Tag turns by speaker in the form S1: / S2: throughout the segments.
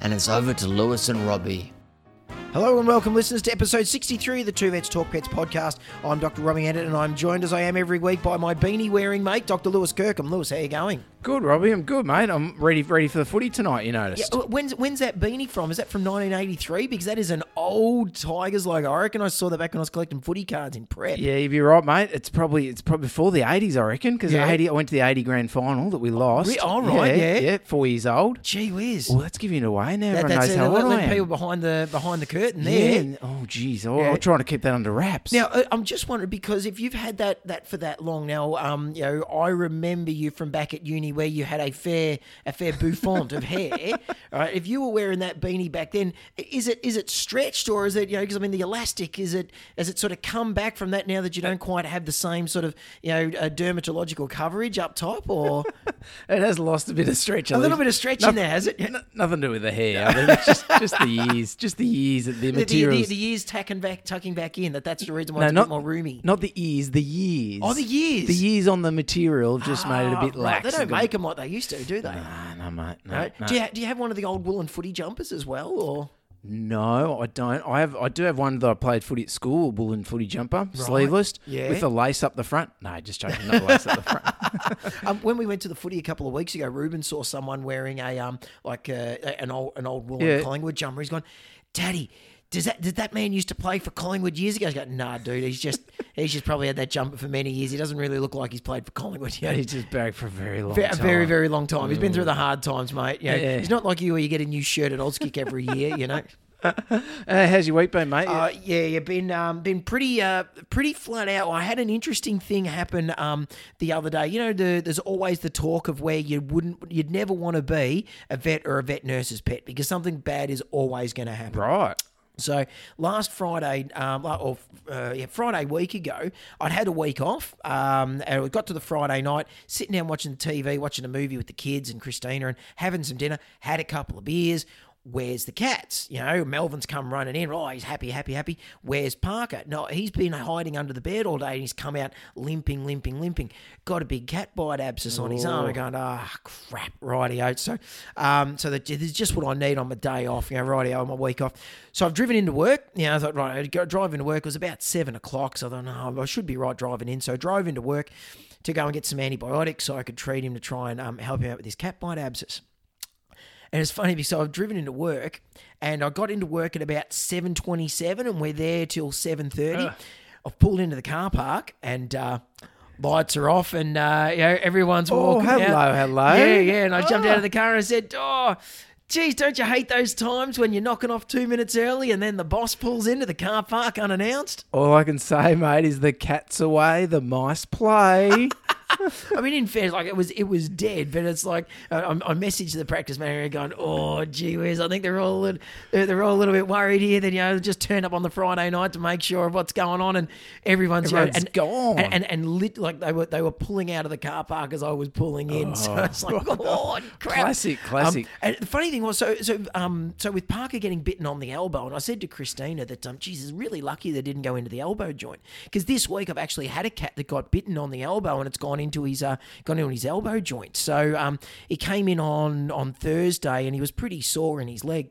S1: and it's over to Lewis and Robbie.
S2: Hello and welcome, listeners, to episode 63 of the Two Vets Talk Pets podcast. I'm Dr. Robbie Edit, and I'm joined as I am every week by my beanie wearing mate, Dr. Lewis Kirkham. Lewis, how you going?
S3: Good, Robbie. I'm good, mate. I'm ready, ready for the footy tonight. You noticed?
S2: Uh, When's, when's that beanie from? Is that from 1983? Because that is an old Tigers logo. I reckon I saw that back when I was collecting footy cards in prep.
S3: yeah, you'd be right, mate. It's probably it's probably before the '80s, I reckon, because
S2: Yeah.
S3: I went to the '80 grand final that we lost.
S2: re- all right, yeah.
S3: yeah, four years old.
S2: Gee whiz.
S3: Well, that's giving it away now.
S2: That-
S3: Everyone
S2: that's
S3: knows
S2: it.
S3: how
S2: Let-
S3: old
S2: let
S3: I am.
S2: people behind the, behind the curtain
S3: yeah.
S2: there.
S3: and- Oh, geez. I-
S2: Yeah.
S3: I'm trying to keep that under wraps.
S2: Now, uh, I'm just wondering because if you've had that that for that long now, um, you know, I remember you from back at uni where you had a fair a fair bouffant of hair. Right? If you were wearing that beanie back then, i- is it is it stretched or is it you know? Because I mean, the elastic is it has it sort of come back from that now that you don't quite have the same sort of you know uh, dermatological coverage up top or
S3: it has lost a bit of stretch.
S2: a little bit of stretch in there, has it?
S3: N- nothing to do with the hair. I think it's just, just the years, just the years, that the
S2: The, the, the,
S3: materials.
S2: the years tucking back tucking back in that that's the reason why
S3: No,
S2: it's a
S3: not
S2: bit more roomy.
S3: Not the ears, the years.
S2: Oh, the years.
S3: The years on the material have just made it a
S2: Ah,
S3: bit
S2: right.
S3: lax.
S2: They don't
S3: They've got-
S2: make them like they used to, do they?
S3: Ah, no, mate. No,
S2: Right.
S3: no.
S2: Do you do you have one of the old woolen footy jumpers as well, or
S3: No, I don't. I have. I do have one that I played footy at school, woolen footy jumper, sleeveless,
S2: yeah.
S3: with the lace up the front. No, just joking. Not the lace up the front.
S2: um, when we went to the footy a couple of weeks ago, Ruben saw someone wearing a um like a, a- an old an old woolen
S3: Yeah.
S2: Collingwood jumper. He's gone, Daddy. Does that did that man used to play for Collingwood years ago? He's going, Nah, dude. He's just he's just probably had that jumper for many years. He doesn't really look like he's played for Collingwood. You know,
S3: He's just back for a very long
S2: a
S3: time. Mm.
S2: very very long time. He's been through the hard times, mate. You know,
S3: Yeah.
S2: he's not like you where you get a new shirt at Oldskick every year. You know.
S3: Uh, how's your week been, mate?
S2: Uh, yeah, yeah, been um, been pretty uh, pretty flat out. I had an interesting thing happen um, the other day. You know, the, there's always the talk of where you wouldn't, you'd never want to be a vet or a vet nurse's pet because something bad is always going to happen.
S3: right.
S2: So last Friday, um, like- or uh, yeah, Friday week ago, I'd had a week off. Um, and we got to the Friday night, sitting down watching TV, watching a movie with the kids and Christina, and having some dinner. Had a couple of beers. Where's the cats? You know, Melvin's come running in. Oh, he's happy, happy, happy. Where's Parker? No, he's been hiding under the bed all day and he's come out limping, limping, limping. Got a big cat bite abscess on his arm. I'm going, ah, crap, rightio. So, um, so that this is just what I need on my day off, you know, rightio, on my week off. So I've driven into work. You know, I thought, right, I'd go drive into work. It was about seven o'clock. So I thought, no, I should be right driving in. So I drove into work to go and get some antibiotics so I could treat him to try and um, help him out with his cat bite abscess. And it's funny because I've driven into work, and I got into work at about seven twenty-seven, and we're there till seven thirty. I've pulled into the car park, and uh, lights are off, and uh, you know, everyone's walking. out.
S3: Oh, hello, hello. Ah.
S2: Yeah, yeah. And I jumped out of the car and I said, "Oh, geez, don't you hate those times when you're knocking off two minutes early, and then the boss pulls into the car park unannounced?"
S3: All I can say, mate, is the cat's away, the mice play.
S2: I mean, in fairness, like it was, it was dead. But it's like I, I I messaged the practice manager going, "Oh, gee whiz, I think they're all a little, they're, they're all a little bit worried here. That you know, just turn up on the Friday night to make sure of what's going on, and everyone's,
S3: Everyone's
S2: you know, and,
S3: gone.
S2: and and, and lit, like they were they were pulling out of the car park as I was pulling in. so it's like, oh, crap.
S3: Classic,
S2: Um,
S3: classic.
S2: and the funny thing was, so so um so with Parker getting bitten on the elbow, and I said to Christina that um, geez, it's really lucky they didn't go into the elbow joint because this week I've actually had a cat that got bitten on the elbow and it's gone into his uh gone into his elbow joint. So um he came in on on Thursday and he was pretty sore in his leg.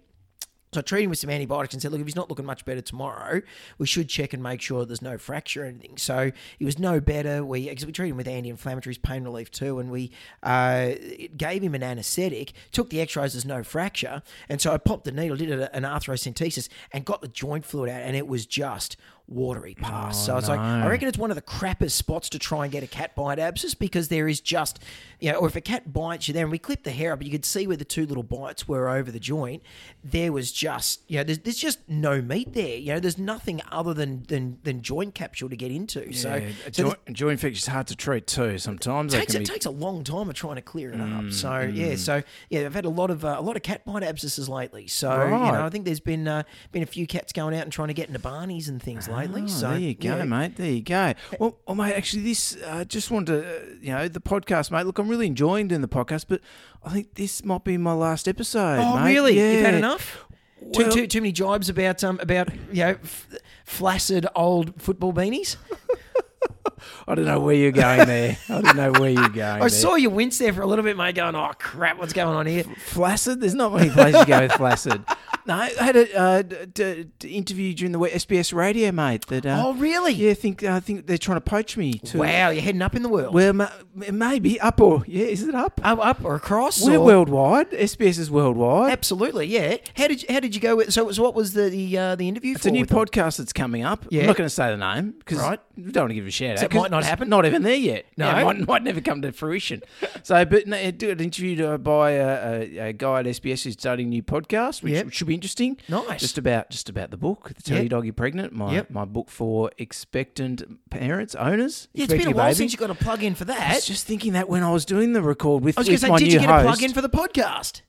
S2: So I treated him with some antibiotics and said, look, if he's not looking much better tomorrow, we should check and make sure there's no fracture or anything. So he was no better. We 'cause we treated him with anti-inflammatories, pain relief too, and we uh, gave him an anaesthetic. Took the X-rays, there's no fracture, and so I popped the needle, did a- an arthrocentesis, and got the joint fluid out, and it was just watery
S3: Oh,
S2: pass. so it's like I reckon it's one of the crappest spots to try and get a cat bite abscess because there is just you know, or if a cat bites you there, and we clipped the hair up, but you could see where the two little bites were over the joint. There was just you know, there's, there's just no meat there. You know, there's nothing other than than, than joint capsule to get into. so,
S3: Yeah,
S2: so there's-
S3: joint, joint infection is hard to treat too. Sometimes they
S2: takes
S3: can
S2: it
S3: be- Mm,
S2: takes a long time of trying to clear it up. So yeah, so yeah, I've had a lot of uh, a lot of cat bite abscesses lately. So you
S3: Right.
S2: know, I think there's been uh, been a few cats going out and trying to get into barnies and things lately.
S3: Oh,
S2: so
S3: there you go,
S2: yeah.
S3: mate. There you go. Well, oh, mate, actually, this I just wanted to, uh, you know, the podcast, mate. Look, I'm really enjoying doing the podcast, but I think this might be my last episode.
S2: Oh
S3: mate.
S2: really? You've had
S3: Yeah.
S2: enough?
S3: Well-
S2: too, too, too many jibes about um about you know f- flaccid old football beanies.
S3: I don't know where you're going there. I don't know where you're going.
S2: I saw you wince there for a little bit, mate. Going, oh crap, what's going on here?
S3: flaccid. There's not many places you go with flaccid. No, I had a uh, d- d- d- interview during the week, SBS radio, mate. That uh,
S2: Oh, really?
S3: Yeah, I think I think they're trying to poach me to.
S2: Wow, you're heading up in the world.
S3: Well, ma- maybe up or yeah, is it up?
S2: up, up or across?
S3: We're
S2: or-
S3: worldwide. SBS is worldwide.
S2: Absolutely, yeah. How did you, how did you go with? So, it was, what was the the, uh, the interview
S3: It's
S2: for?
S3: a new
S2: with them?
S3: podcast that's coming up.
S2: Yeah.
S3: I'm not going to say the name because
S2: Right.
S3: we don't want to give a shout out.
S2: it
S3: 'cause
S2: might not
S3: it's
S2: happen?
S3: Not even there yet.
S2: No.
S3: Yeah, it might, might never come to fruition. so, but no, it did an interview uh, by a, a, a guy at SBS who's starting a new podcast, which
S2: Yep.
S3: should be interesting.
S2: Nice.
S3: Just about just about the book, the Tell
S2: Yep.
S3: Your Dog You're Pregnant. My
S2: Yep.
S3: my book for expectant parents, owners.
S2: Yeah, it's been a
S3: expecting
S2: while
S3: baby.
S2: since you got a plug in for
S3: I was
S2: that.
S3: just thinking that when I was doing the record with,
S2: I was going
S3: with
S2: to say,
S3: my
S2: did
S3: new
S2: you get
S3: host, Ah.
S2: a plug in for the podcast?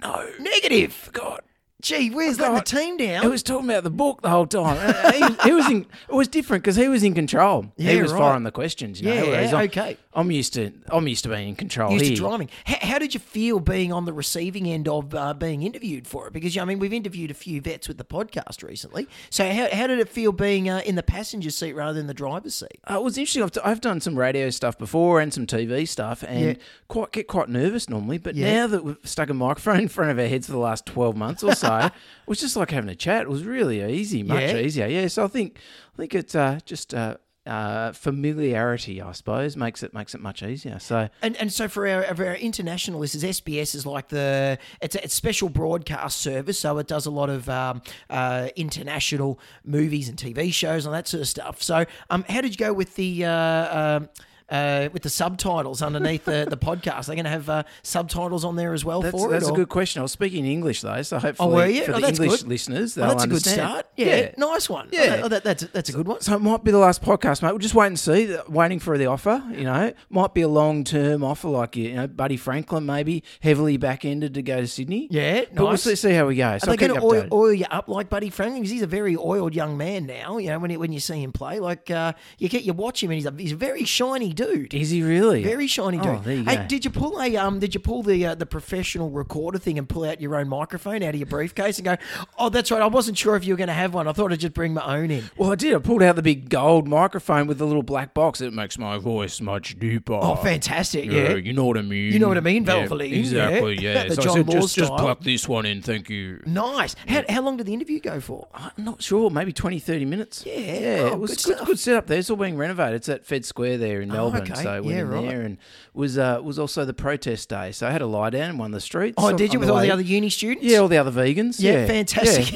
S3: no,
S2: Negative.
S3: God.
S2: Gee, where's letting the team down?
S3: He was talking about the book the whole time. Uh, he, he was in, it was different because he was in control. he
S2: Yeah,
S3: was
S2: right.
S3: firing the questions. You know,
S2: Yeah,
S3: whereas I'm-
S2: okay.
S3: I'm used to I'm used to being in control
S2: used
S3: here.
S2: to driving. How, how did you feel being on the receiving end of uh, being interviewed for it? Because I mean, we've interviewed a few vets with the podcast recently. So how, how did it feel being uh, in the passenger seat rather than the driver's seat?
S3: Uh, it was interesting. I've, I've done some radio stuff before and some TV stuff, and
S2: Yeah.
S3: quite get quite nervous normally. But
S2: Yeah.
S3: now that we've stuck a microphone in front of our heads for the last twelve months or so, it was just like having a chat. It was really easy, much
S2: Yeah.
S3: easier. Yeah. So I think I think it's uh, just uh, uh, familiarity, I suppose, makes it makes it much easier. So
S2: And and so for our for our international listeners, SBS is like the it's a, it's special broadcast service, so it does a lot of um, uh, international movies and TV shows and that sort of stuff. So um, how did you go with the uh, um uh, with the subtitles underneath the, the podcast? They're going to have uh, subtitles on there as well
S3: That's,
S2: for
S3: that's
S2: it.
S3: a
S2: or-
S3: good question. I was speaking English though, so
S2: Oh,
S3: hopefully
S2: were you?
S3: for
S2: Oh,
S3: the
S2: that's
S3: English
S2: good.
S3: listeners, they'll
S2: Well, that's a good
S3: understand.
S2: start. Yeah, nice one. Oh,
S3: Yeah.
S2: that- oh, that- that's that's a good one.
S3: So it might be the last podcast, mate. We'll just wait and see. th- Waiting for the offer, you know, might be a long term offer, like you know, Buddy Franklin, maybe heavily back ended to go to Sydney.
S2: Yeah,
S3: but we'll
S2: nice.
S3: see, see how we go. So
S2: Are
S3: I'll
S2: they going
S3: keep
S2: to
S3: you
S2: oil,
S3: updated.
S2: oil you up like Buddy Franklin? Because he's a very oiled young man now. You know, when, he, when you see him play, like uh, you get you watch him and he's a, he's a very shiny dude.
S3: Is he really
S2: Very shiny dude.
S3: Oh, there you
S2: hey,
S3: go.
S2: did you pull a um? Did you pull the uh, the professional recorder thing and pull out your own microphone out of your briefcase and go? Oh, that's right. I wasn't sure if you were going to have one. I thought I'd just bring my own in.
S3: Well, I did. I pulled out the big gold microphone with the little black box. It makes my voice much deeper.
S2: Oh, fantastic!
S4: Yeah,
S2: Yeah.
S4: you know what I mean.
S2: You know what I mean,
S4: Yeah,
S2: Valvoline, yeah.
S4: exactly, yeah.
S2: The
S4: So I
S2: John
S4: said,
S2: Law
S4: just, just
S2: style.
S4: pluck this one in, thank you.
S2: Nice. How, how long did the interview go for?
S3: I'm not sure, maybe 20, 30 minutes.
S2: Yeah.
S3: Uh, Yeah,
S2: Oh,
S3: it was
S2: good
S3: good,
S2: stuff.
S3: good, setup there. It's all being renovated. It's at Fed Square there in Melbourne.
S2: okay.
S3: So I went
S2: Yeah,
S3: in
S2: right.
S3: there and was uh, was also the protest day. So I had a lie down in one of the streets.
S2: Oh,
S3: on-
S2: did you
S3: on
S2: with all
S3: way-
S2: the other uni students?
S3: Yeah, all the other vegans.
S2: Yeah,
S3: Yeah,
S2: fantastic.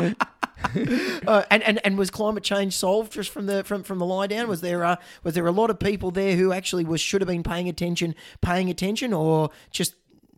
S3: Yeah.
S2: Uh, and, and and was climate change solved just from the from, from the lie down? Was there uh, was there a lot of people there who actually was should have been paying attention, paying attention, or just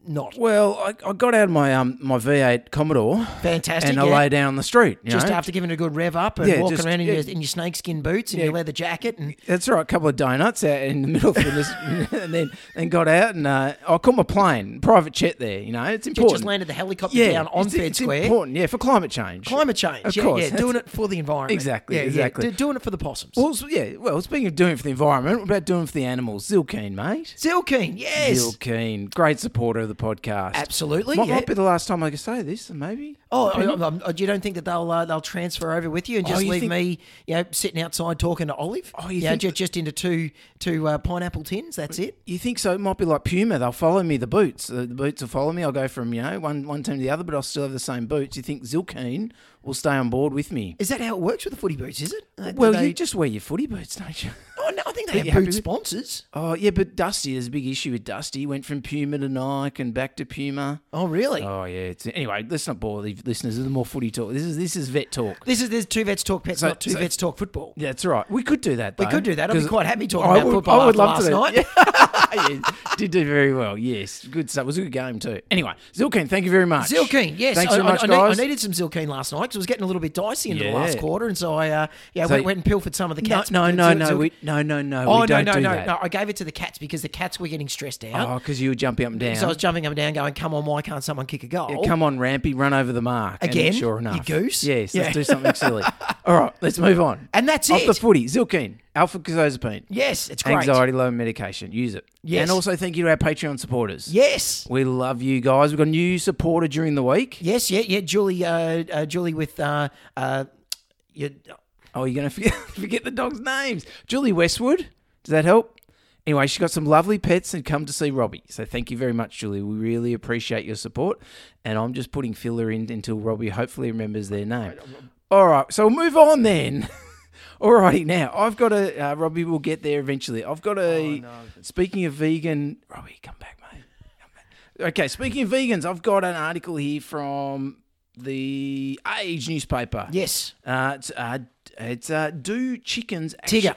S2: not?
S3: Well, I, I got out of my um my V8 Commodore
S2: Fantastic.
S3: and
S2: yeah.
S3: I lay down on the street. you
S2: just
S3: know?
S2: after giving it a good rev up and
S3: Yeah,
S2: walking
S3: just-
S2: around in,
S3: yeah.
S2: your, in your snakeskin boots and your leather jacket and
S3: That's right. A couple of donuts out in the middle of this, and then and got out and uh, I caught my plane, private jet there. You know, it's
S2: you
S3: important.
S2: just landed the helicopter down on
S3: it's,
S2: Fed
S3: it's
S2: Square.
S3: important. Yeah, for climate change.
S2: Climate change,
S3: Of
S2: yeah,
S3: course,
S2: yeah,
S3: that's-
S2: doing it for the environment,
S3: Exactly,
S2: yeah, yeah,
S3: exactly.
S2: do- doing it for the possums.
S3: Well, s- yeah. Well, speaking of doing it for the environment, what about doing it for the animals? Zilkeen, mate.
S2: Zilkeen, yes,
S3: Zilkeen, great supporter of the podcast.
S2: absolutely,
S3: Might,
S2: yeah.
S3: might be the last time I can say this, maybe.
S2: Oh, I, I, I- you don't think that they'll uh, they'll transfer over with you and
S3: Oh,
S2: just
S3: you
S2: leave
S3: think-
S2: me, you know, sitting outside talking to Olive?
S3: Oh, you
S2: yeah,
S3: think
S2: ju- just into two two uh, pineapple tins. That's it.
S3: You think so? It might be like Puma. They'll follow me. The boots. The, the boots will follow me. I'll go from you know one one team to the other, but I'll still have the same boots. You think Zilkeen will stay on board with me?
S2: Is that how it works with the footy boots? Is it? Uh, do
S3: well,
S2: they-
S3: you just wear your footy boots, don't you?
S2: I I, no, I think they
S3: you
S2: have
S3: happy
S2: boot
S3: with-
S2: sponsors.
S3: Oh yeah, but Dusty, there's a big issue with Dusty. He went from Puma to Nike and back to Puma.
S2: Oh, really?
S3: Oh yeah. It's, anyway, let's not bore the listeners with more footy talk. This is this is vet talk.
S2: This is there's two vets talk pets,
S3: So-
S2: not two
S3: so-
S2: vets talk football.
S3: Yeah, that's right. We could do that. Though,
S2: We could do that. I'd be
S3: 'cause
S2: quite happy talking
S3: I
S2: about
S3: would-
S2: football
S3: I would
S2: after
S3: love to do
S2: last
S3: that.
S2: night.
S3: Yeah, did do very well. Yes, good stuff. It was a good game too. Anyway, Zilkeen, thank you very much.
S2: Zilkeen, yes.
S3: thanks
S2: I,
S3: so
S2: I-
S3: much,
S2: I, need-
S3: guys.
S2: I needed some Zilkeen last night because it was getting a little bit dicey into the
S3: Yeah.
S2: last quarter, and so I uh, yeah
S3: So-
S2: went, went and pilfered some of the
S3: no,
S2: cats.
S3: no,
S2: Zil-
S3: no,
S2: Zil-
S3: no,
S2: Zil-
S3: we, no, no, no.
S2: Oh
S3: we
S2: no
S3: don't
S2: no
S3: do
S2: no
S3: that.
S2: no! I gave it to the cats because the cats were getting stressed out.
S3: Oh, because you were jumping up and down.
S2: So I was jumping up and down, going, "Come on, why can't someone kick a goal?"
S3: Yeah, come on, Rampy, run over the mark
S2: Oh.
S3: And
S2: Again?
S3: sure
S2: You
S3: enough,
S2: goose?
S3: Yes,
S2: Yeah.
S3: let's do something silly. All right, let's move on.
S2: And that's
S3: Off
S2: it.
S3: the footy, Zilkeen, alpha cazozepine,
S2: yes, it's great.
S3: anxiety low medication. Use it.
S2: Yes.
S3: And also thank you to our Patreon supporters.
S2: Yes,
S3: We love you guys. We've got a new supporter during the week.
S2: yes, yeah, yeah. Julie, uh, uh, Julie with uh, uh, you,
S3: Oh, you're going to forget, forget the dog's names. Julie Westwood. Does that help? Anyway, she got some lovely pets and come to see Robbie. So thank you very much, Julie. We really appreciate your support. And I'm just putting filler in until Robbie hopefully remembers their name. All right, so we'll move on then. Alrighty, now I've got a uh, Robbie. will get there eventually. I've got a. Speaking of vegan, Robbie, come back, mate. Okay, speaking of vegans, I've got an article here from the Age newspaper.
S2: yes,
S3: Uh, it's uh, d- it's uh, do chickens actu-
S2: Tigger,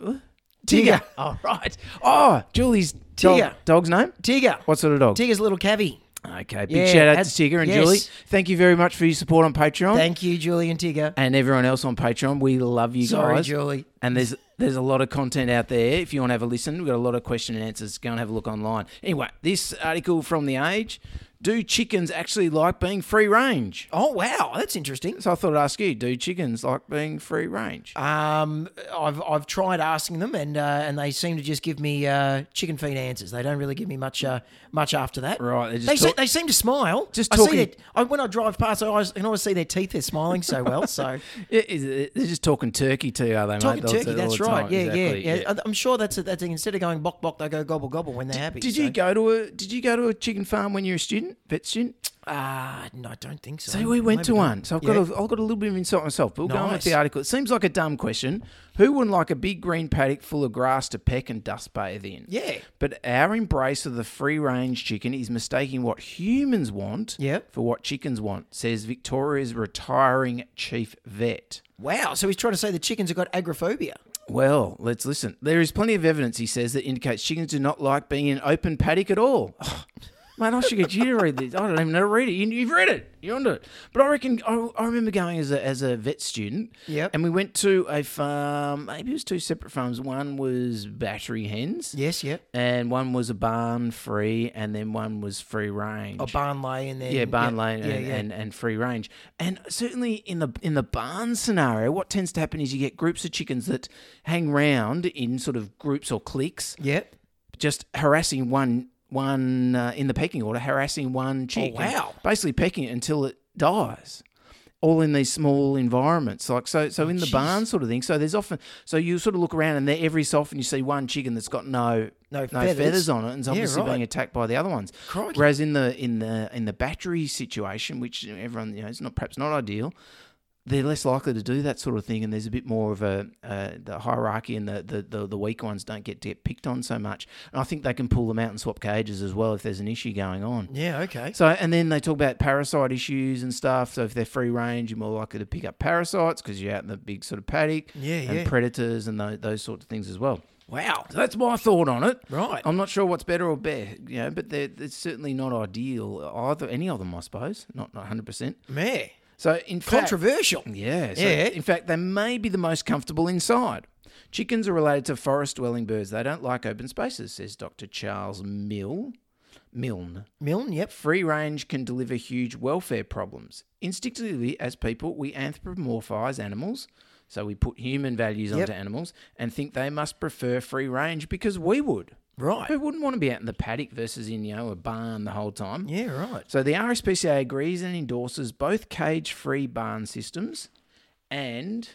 S3: Tigger.
S2: Tigger.
S3: All right. Oh, Julie's dog-
S2: Tigger.
S3: dog's name.
S2: Tigger,
S3: What sort of dog?
S2: Tigger's little cavy.
S3: Okay. Big
S2: Yeah,
S3: shout out to
S2: that's-
S3: Tigger and
S2: yes.
S3: Julie. Thank you very much for your support on Patreon
S2: Thank you, Julie and Tigger.
S3: and everyone else on Patreon. We love you
S2: Sorry,
S3: guys.
S2: Julie.
S3: And there's there's a lot of content out there. If you want to have a listen, we've got a lot of question and answers. Go and have a look online. Anyway, this article from The Age: Do chickens actually like being free range?
S2: Oh wow, that's interesting.
S3: So I thought I'd ask you: Do chickens like being free range?
S2: Um, I've I've tried asking them, and uh, and they seem to just give me uh, chicken feet answers. They don't really give me much uh, much after that.
S3: Right, they just
S2: they, se-
S3: talk-
S2: they seem to smile.
S3: Just
S2: I see
S3: talking-
S2: their- I, when I drive past, I always, I can always see their teeth. They're smiling so well. So
S3: Yeah, is it- they're just talking turkey to you, are they,
S2: talking
S3: mate? They'll
S2: turkey,
S3: do it all
S2: that's
S3: the
S2: right.
S3: time.
S2: Yeah,
S3: Exactly,
S2: yeah, yeah. I- I'm sure that's a, that's a, instead of going bok bok, they go gobble gobble when they're happy.
S3: Did
S2: so-
S3: you go to a Did you go to a chicken farm when you were a student, vet student?
S2: Ah, no, I don't think so.
S3: So we went to
S2: Maybe not.
S3: one. So I've got a, I've got a little bit of insight myself. But we'll go on with
S2: Nice.
S3: the article. It seems like a dumb question. Who wouldn't like a big green paddock full of grass to peck and dust bathe in?
S2: Yeah.
S3: But our embrace of the free range chicken is mistaking what humans want
S2: Yep.
S3: for what chickens want, says Victoria's retiring chief vet.
S2: Wow. So he's trying to say the chickens have got agoraphobia.
S3: Well, let's listen. There is plenty of evidence, he says, that indicates chickens do not like being in an open paddock at all. Oh, mate, I should get you to read this. I don't even know how to read it. You, you've read it. You're onto it. But I reckon I, I remember going as a, as a vet student.
S2: Yep.
S3: And we went to a farm. Maybe it was two separate farms. One was battery hens.
S2: Yes, yep.
S3: And one was a barn free, and then one was free range.
S2: A barn lay and then
S3: Yeah, barn
S2: yeah,
S3: lane
S2: yeah,
S3: and,
S2: yeah.
S3: And, and free range. And certainly in the in the barn scenario, what tends to happen is you get groups of chickens that hang round in sort of groups or cliques,
S2: Yep.
S3: just harassing one one uh, in the pecking order, harassing one chick. and
S2: Oh, wow.
S3: Basically pecking it until it dies. All in these small environments, like so, so in the barn sort of thing. So there's often, so you sort of look around, and there every so often you see one chicken that's got no
S2: No
S3: feathers.
S2: feathers.
S3: on it, and it's obviously
S2: right.
S3: being attacked by the other ones.
S2: Crikey.
S3: Whereas in the in the in the battery situation, which you know, everyone you know, it's not perhaps not ideal. They're less likely to do that sort of thing, and there's a bit more of a uh, the hierarchy, and the, the, the, the weak ones don't get to get picked on so much. And I think they can pull them out and swap cages as well if there's an issue going on.
S2: Yeah. Okay.
S3: So, and then they talk about parasite issues and stuff. So, if they're free range, you're more likely to pick up parasites because you're out in the big sort of paddock.
S2: Yeah,
S3: and
S2: yeah.
S3: predators and those, those sorts of things as well.
S2: Wow.
S3: So that's my thought on it.
S2: Right.
S3: I'm not sure what's better or best, you know, but they're, it's certainly not ideal either. Any of them, I suppose. Not not 100. percent
S2: Man.
S3: So, in fact,
S2: Controversial.
S3: yeah, so
S2: Yeah.
S3: In fact, they may be the most comfortable inside. Chickens are related to forest dwelling birds. They don't like open spaces, says Dr. Charles Mill. Milne.
S2: Milne, yep.
S3: Free range can deliver huge welfare problems. Instinctively, as people, we anthropomorphize animals, so we put human values
S2: Yep.
S3: onto animals and think they must prefer free range because we would.
S2: Right.
S3: Who wouldn't want to be out in the paddock versus in you know a barn the whole time?
S2: Yeah, right.
S3: So the RSPCA agrees and endorses both cage-free barn systems and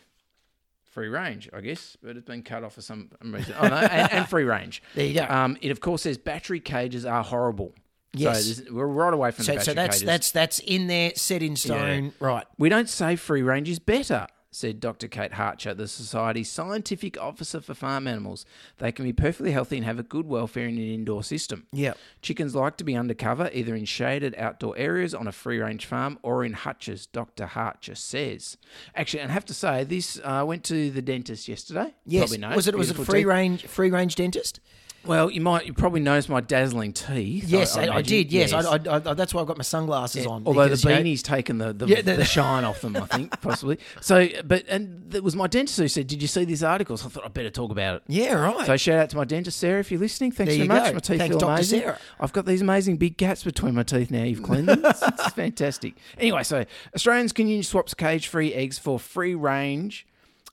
S3: free range, I guess, but it's been cut off for some reason. Oh no, and, and free range.
S2: There you go.
S3: Um, it of course says battery cages are horrible.
S2: Yes.
S3: so this- we're right away from
S2: So,
S3: the battery
S2: so that's
S3: cages.
S2: that's that's in there, set in stone. Right.
S3: we don't say free range is better. said Dr. Kate Harcher, the Society's scientific officer for farm animals. They can be perfectly healthy and have a good welfare in an indoor system.
S2: Yeah.
S3: Chickens like to be under cover, either in shaded outdoor areas on a free range farm or in hutches, Dr. Harcher says. Actually, and I have to say, this I went to the dentist yesterday.
S2: Yes.
S3: Probably knows.
S2: was it was it a
S3: Beautiful
S2: free
S3: teeth.
S2: range free range dentist?
S3: Well, you might you probably noticed my dazzling teeth.
S2: Yes, I, I
S3: imagine.
S2: did. Yes, I, I, I, that's why I've got my sunglasses on.
S3: Although the
S2: because, you know-
S3: beanie's taken the the,
S2: Yeah, the-
S3: the shine off them, I think possibly. So, but and it was my dentist who said, "Did you see this article?" So I thought I better talk about it.
S2: yeah, right.
S3: So shout out to my dentist Sarah if you're listening. Thanks
S2: There
S3: so
S2: you
S3: much.
S2: go.
S3: My teeth
S2: Thanks,
S3: feel
S2: Dr.
S3: amazing.
S2: Sarah.
S3: I've got these amazing big gaps between my teeth now. You've cleaned them. it's, it's fantastic. Anyway, so Australians can use swaps cage-free eggs for free range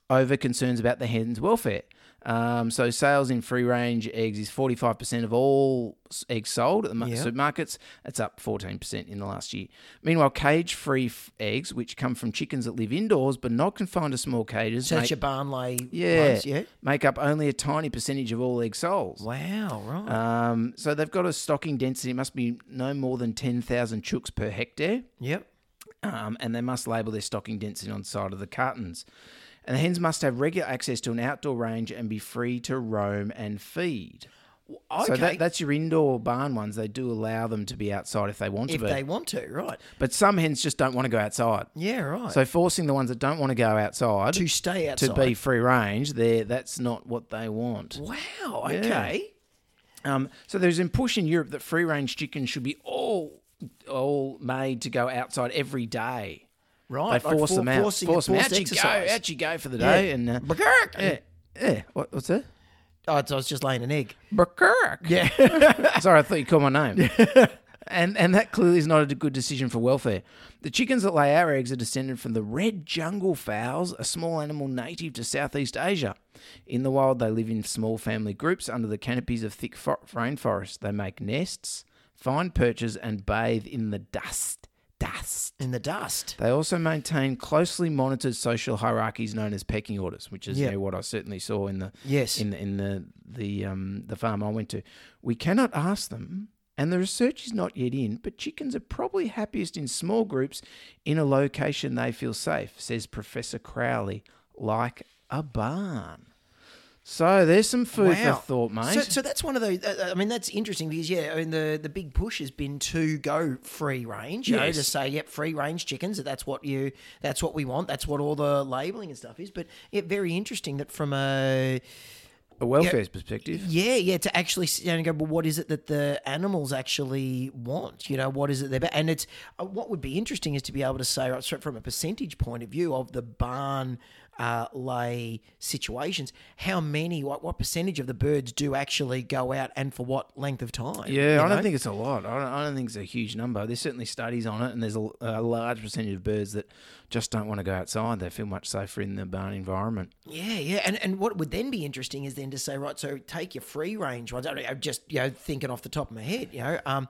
S3: over concerns about the hen's welfare. Um, so sales in free range eggs is 45% of all s- eggs sold at the mo- supermarkets. That's up 14% in the last year. Meanwhile, cage-free f- eggs, which come from chickens that live indoors but not confined to small cages,
S2: so
S3: make-
S2: that's your Barnley.
S3: yeah,
S2: ones, yeah.
S3: make up only a tiny percentage of all egg sold.
S2: Wow. Right.
S3: Um, so they've got a stocking density, it must be no more than 10,000 chooks per hectare,
S2: yep.
S3: um, and they must label their stocking density on the side of the cartons. And the hens must have regular access to an outdoor range and be free to roam and feed.
S2: Okay.
S3: So that, that's your indoor barn ones. They do allow them to be outside if they want
S2: if
S3: to be.
S2: they want to, right?
S3: But some hens just don't want to go outside.
S2: Yeah. Right.
S3: So forcing the ones that don't want to go outside
S2: to stay
S3: to
S2: outside.
S3: be free range, there that's not what they want.
S2: Wow. Okay.
S3: Um, so there's a push in Europe that free range chickens should be all all made to go outside every day.
S2: Right.
S3: they force
S2: for-
S3: them out.
S2: Forcing
S3: force them
S2: forced
S3: out. You go,
S2: exercise.
S3: out you go for the day. And uh,
S2: Bakirk.
S3: yeah, yeah. What, what's that?
S2: Oh, it's- I was just laying an egg.
S3: Burkirk.
S2: Yeah.
S3: Sorry, I thought you called my name. and and that clearly is not a good decision for welfare. The chickens that lay our eggs are descended from the red jungle fowls, a small animal native to Southeast Asia. In the wild, they live in small family groups under the canopies of thick fo- rainforest. They make nests, find perches, and bathe in the dust. Dust.
S2: In the dust.
S3: They also maintain closely monitored social hierarchies known as pecking orders, which is
S2: Yeah.
S3: you know, what I certainly saw in the
S2: Yes.
S3: in the in the the um the farm I went to. We cannot ask them, and the research is not yet in. But chickens are probably happiest in small groups, in a location they feel safe, says Professor Crowley, like a barn. So there's some food for thought, mate.
S2: So, so that's one of those. Uh, uh, I mean, that's interesting because yeah, I mean the, the big push has been to go free range. You know,
S3: Yes.
S2: to say yep, free range chickens. that That's what you. That's what we want. That's what all the labelling and stuff is. But yeah, very interesting that from a
S3: a welfare perspective.
S2: yeah, yeah, to actually sit down and go, well, what is it that the animals actually want? You know, what is it they're and it's uh, what would be interesting is to be able to say right, so from a percentage point of view of the barn uh, lay situations, how many, what, what percentage of the birds do actually go out and for what length of time? you
S3: Yeah, I don't
S2: know?
S3: think it's a lot. I don't, I don't think it's a huge number. There's certainly studies on it, and there's a, a large percentage of birds that just don't want to go outside. They feel much safer in the barn environment.
S2: Yeah, yeah, and and what would then be interesting is then to say, right, so take your free range ones. I don't know, I'm just you know thinking off the top of my head, you know, um,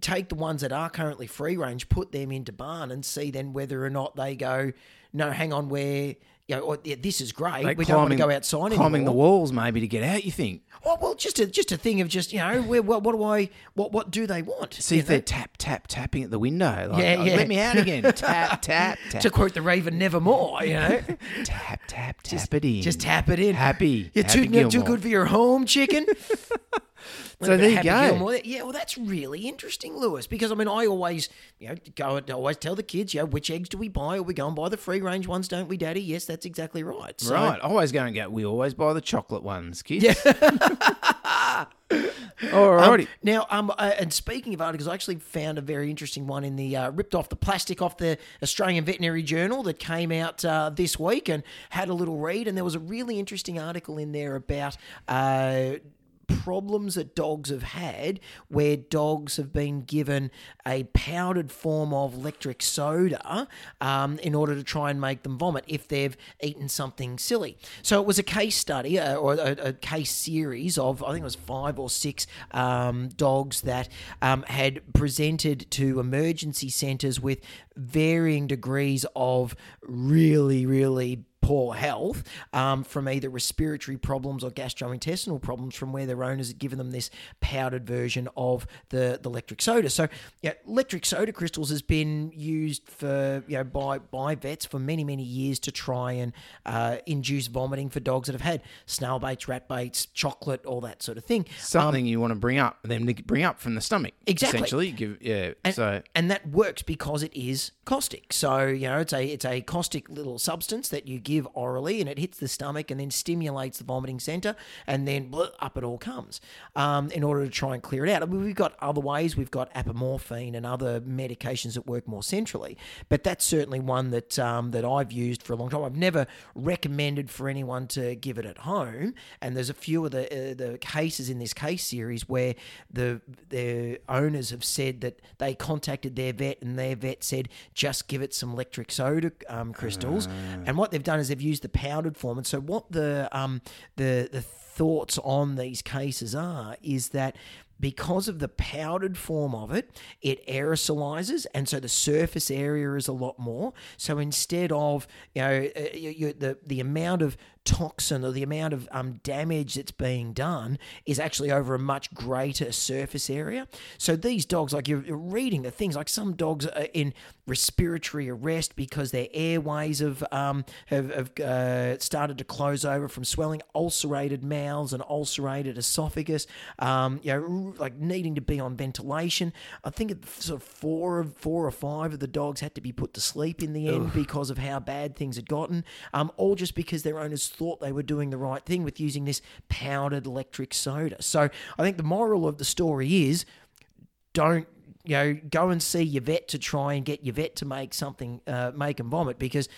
S2: take the ones that are currently free range, put them into barn, and see then whether or not they go. No, hang on, where you know, or, yeah, this is great.
S3: Like
S2: we don't want to go outside
S3: climbing the
S2: anymore.
S3: walls maybe to get out. You think?
S2: Oh, well, just a just a thing of just you know, where what, what do I what what do they want?
S3: See
S2: you
S3: if they're
S2: know?
S3: tap tap tapping at the window. Like,
S2: Yeah,
S3: "Oh,
S2: yeah.
S3: Let me out again. tap tap tap.
S2: to quote the Raven, nevermore. You know,
S3: tap tap tap it in.
S2: just tap it in.
S3: Happy.
S2: You're
S3: Happy
S2: too, no, too
S3: Gilmore.
S2: good for your home, chicken.
S3: So there you
S2: Happy
S3: go.
S2: Gilmore. Yeah, well, that's really interesting, Lewis, because I mean, I always, you know, go and always tell the kids, you know, which eggs do we buy? Or we go and buy the free range ones, don't we, Daddy? Yes, that's exactly right. So,
S3: Right. I always go and go. We always buy the chocolate ones, kids. Alrighty.
S2: Now, um, uh, and speaking of articles, I actually found a very interesting one in the uh, ripped off the plastic off the Australian Veterinary Journal that came out uh, this week and had a little read, and there was a really interesting article in there about. Uh, Problems that dogs have had where dogs have been given a powdered form of electric soda um, in order to try and make them vomit if they've eaten something silly. So it was a case study uh, or a, a case series of, I think it was five or six um, dogs that um, had presented to emergency centres with varying degrees of really, really poor health um, from either respiratory problems or gastrointestinal problems from where their owners had given them this powdered version of the, the electric soda. So, yeah, electric soda crystals has been used for you know by by vets for many many years to try and uh, induce vomiting for dogs that have had snail baits, rat baits, chocolate, all that sort of thing.
S3: Something you want to bring up, them to bring up from the stomach.
S2: Exactly.
S3: Essentially, give yeah.
S2: And,
S3: so
S2: and that works because it is caustic. So you know it's a it's a caustic little substance that you give orally, and it hits the stomach and then stimulates the vomiting center, and then bleh, up it all comes. Um, in order to try and clear it out, I mean, we've got other ways. We've got apomorphine and other medications that work more centrally, but that's certainly one that um, that I've used for a long time. I've never recommended for anyone to give it at home, and there's a few of the uh, the cases in this case series where the the owners have said that they contacted their vet and their vet said just give it some electric soda um, crystals, and what they've done is they've used the powdered form. And so what the um, the the thoughts on these cases are is that because of the powdered form of it, it aerosolizes, and so the surface area is a lot more. So instead of you know uh, you, you, the the amount of toxin or the amount of um, damage that's being done is actually over a much greater surface area. So these dogs, like you're, you're reading the things, like some dogs are in respiratory arrest because their airways have um, have, have uh, started to close over from swelling, ulcerated mouths and ulcerated esophagus. Um, you know, r- like needing to be on ventilation. I think it- sort of four of four or five of the dogs had to be put to sleep in the end because of how bad things had gotten. Um, all just because their owners thought they were doing the right thing with using this powdered electric soda. So I think the moral of the story is don't you know go and see your vet to try and get your vet to make something uh, make them vomit because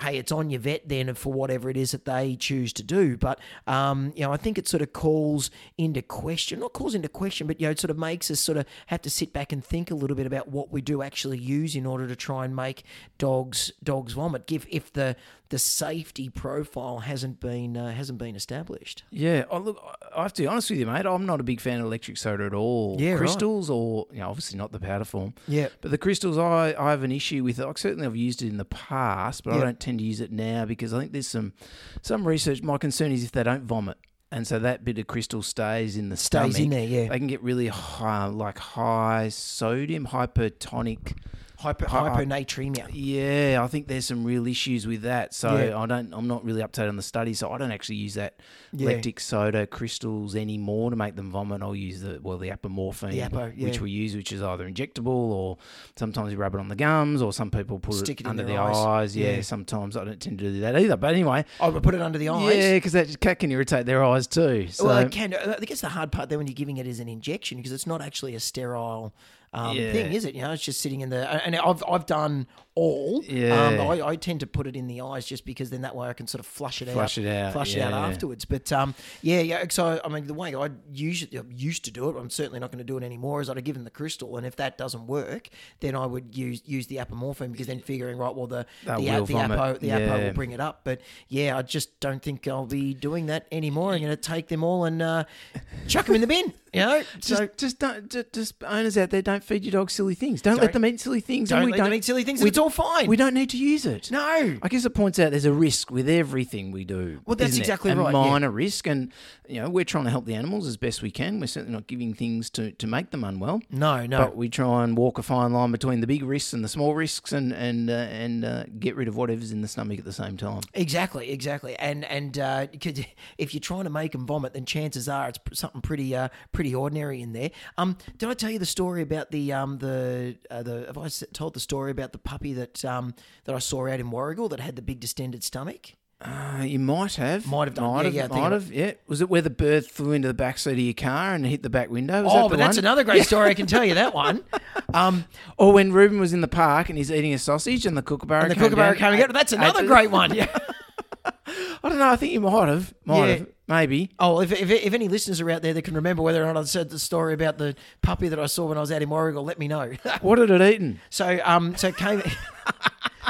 S2: hey it's on your vet then for whatever it is that they choose to do but um, you know i think it sort of calls into question not calls into question but you know it sort of makes us sort of have to sit back and think a little bit about what we do actually use in order to try and make dogs dogs vomit give if the the safety profile hasn't been uh, hasn't been established
S3: yeah, oh, look, I- I have to be honest with you, mate. I'm not a big fan of electric soda at all.
S2: Yeah, right.
S3: crystals or you know, obviously not the powder form.
S2: Yeah.
S3: but the crystals, I, I have an issue with. Like certainly, I've used it in the past, but
S2: Yeah.
S3: I don't tend to use it now because I think there's some some research. My concern is if they don't vomit, and so that bit of crystal stays in the
S2: Stays in
S3: stomach,
S2: there, yeah.
S3: they can get really high, like high sodium, hypertonic.
S2: Hyper,
S3: Hy- uh,
S2: hyponatremia
S3: Yeah, I think there's some real issues with that. So
S2: Yeah.
S3: I don't, I'm not really up to date on the study. So I don't actually use that
S2: Yeah.
S3: lactic soda crystals anymore to make them vomit. I'll use the well, the apomorphine,
S2: The apo,
S3: which
S2: yeah.
S3: we use, which is either injectable or sometimes you rub it on the gums, or some people put
S2: Stick it
S3: it,
S2: in
S3: under
S2: their
S3: the
S2: eyes.
S3: eyes. Yeah,
S2: Yeah.
S3: sometimes I don't tend to do that either. But anyway,
S2: oh but put it under the eyes
S3: yeah, because that, that can irritate their eyes too. So
S2: well, it can. I guess the hard part there when you're giving it is an injection because it's not actually a sterile um,
S3: Yeah.
S2: thing, is it? You know, it's just sitting in the. And I've I've done all. Um,
S3: Yeah.
S2: but I, I tend to put it in the eyes just because then that way I can sort of flush it
S3: Flush
S2: out,
S3: it out,
S2: flush it
S3: yeah.
S2: out afterwards. But um, yeah, yeah. So I mean, the way I usually I used to do it, I'm certainly not going to do it anymore. Is I'd give them the crystal, and if that doesn't work, then I would use use the apomorphine because then figuring right, well the the,
S3: That
S2: a-
S3: will
S2: the
S3: vomit.
S2: apo the apo
S3: Yeah.
S2: will bring it up. But yeah, I just don't think I'll be doing that anymore. I'm going to take them all and uh, chuck them in the bin. You know,
S3: just,
S2: so
S3: just don't, just, just owners out there, don't feed your dog silly things. Don't,
S2: Don't-
S3: let them eat silly things.
S2: don't,
S3: and we
S2: let
S3: don't
S2: them eat silly things. and it's all fine.
S3: We don't need to use it.
S2: No.
S3: I guess it points out there's a risk with everything we do.
S2: Well, that's
S3: isn't it?
S2: exactly
S3: a
S2: right, yeah.
S3: minor risk, and you know we're trying to help the animals as best we can. We're certainly not giving things to to make them unwell.
S2: no, no.
S3: But we try and walk a fine line between the big risks and the small risks, and and uh, and uh, get rid of whatever's in the stomach at the same time.
S2: Exactly, exactly, and and uh, 'cause if you're trying to make them vomit, then chances are it's pr- something pretty uh, pretty ordinary in there. Um, did I tell you the story about the um the uh, the have I s- told the story about the puppy that um that I saw out in Warrigal that had the big distended stomach?
S3: Uh, you might have,
S2: Might have done.
S3: might
S2: Yeah,
S3: have,
S2: yeah, I think
S3: might
S2: of
S3: have. Yeah, was it where the bird flew into the back seat of your car and hit the back window? Was that
S2: oh,
S3: the
S2: but that's
S3: one?
S2: another great story. I can tell you that one. Um,
S3: Or when Ruben was in the park and he's eating a sausage and the kookaburra
S2: and the
S3: came
S2: kookaburra
S3: down-
S2: came and got it. That's
S3: ate
S2: another
S3: the-
S2: great one. Yeah.
S3: I don't know. I think you might have. Might
S2: Yeah.
S3: have. Maybe.
S2: Oh, if, if, if any listeners are out there that can remember whether or not I said the story about the puppy that I saw when I was out in Warrigal, let me know.
S3: What had it eaten?
S2: So um, so it came.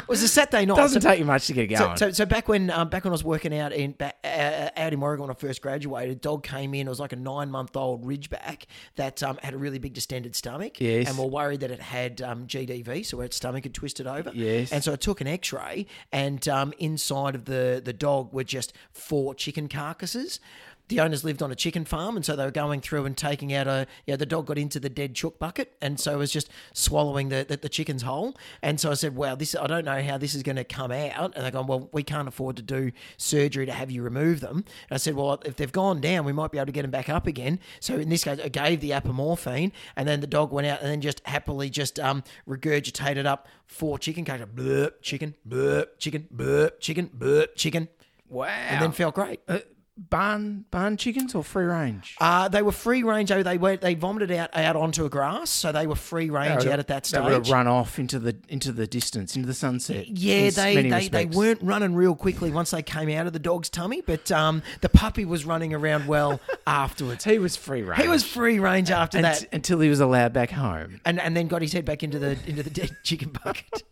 S2: was a Saturday night.
S3: Doesn't
S2: so-
S3: take you much to get
S2: so,
S3: going.
S2: so, so back when um, back when I was working out in ba- uh, out in Oregon when I first graduated, a dog came in. It was like a nine month old Ridgeback that um, had a really big distended stomach.
S3: Yes.
S2: and we were worried that it had um, GDV, so its stomach had twisted over.
S3: Yes.
S2: and so I took an X ray, and um, inside of the the dog were just four chicken carcasses. The owners lived on a chicken farm, and so they were going through and taking out a. Yeah, the dog got into the dead chook bucket, and so it was just swallowing the, the, the chicken's whole. And so I said, "Wow, this I don't know how this is going to come out." And they're going, "Well, we can't afford to do surgery to have you remove them." And I said, "Well, if they've gone down, we might be able to get them back up again." So in this case, I gave the apomorphine, and then the dog went out, and then just happily just um, regurgitated up four chicken cakes, blurp chicken, blurp chicken, blurp chicken, blurp chicken,
S3: wow.
S2: and then felt great.
S3: barn barn chickens or free range?
S2: Uh, they were free range. oh, They were they vomited out out onto a grass, so they were free range out at that
S3: They would have
S2: stage.
S3: run off into the into the distance, into the sunset. in
S2: Yeah,
S3: s-
S2: they,
S3: many
S2: they, they
S3: respects.
S2: weren't running real quickly once they came out of the dog's tummy, but um, the puppy was running around well afterwards.
S3: He was free range.
S2: He was free range after
S3: Unt-
S2: that,
S3: until he was allowed back home.
S2: and, and then got his head back into the into the dead chicken bucket.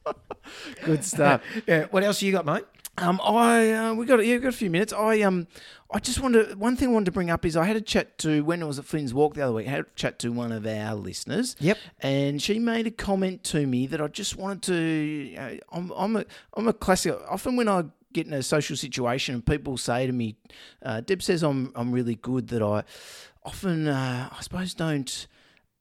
S3: Good stuff.
S2: yeah, what else you got, mate?
S3: Um, I uh, we got yeah, we got a few minutes. I um, I just wanted one thing I wanted to bring up is I had a chat to when I was at Flynn's Walk the other week. I had a chat to one of our listeners.
S2: Yep.
S3: And she made a comment to me that I just wanted to. Uh, I'm I'm a I'm a classic. Often when I get in a social situation and people say to me, uh, Deb says I'm I'm really good. That I often uh, I suppose don't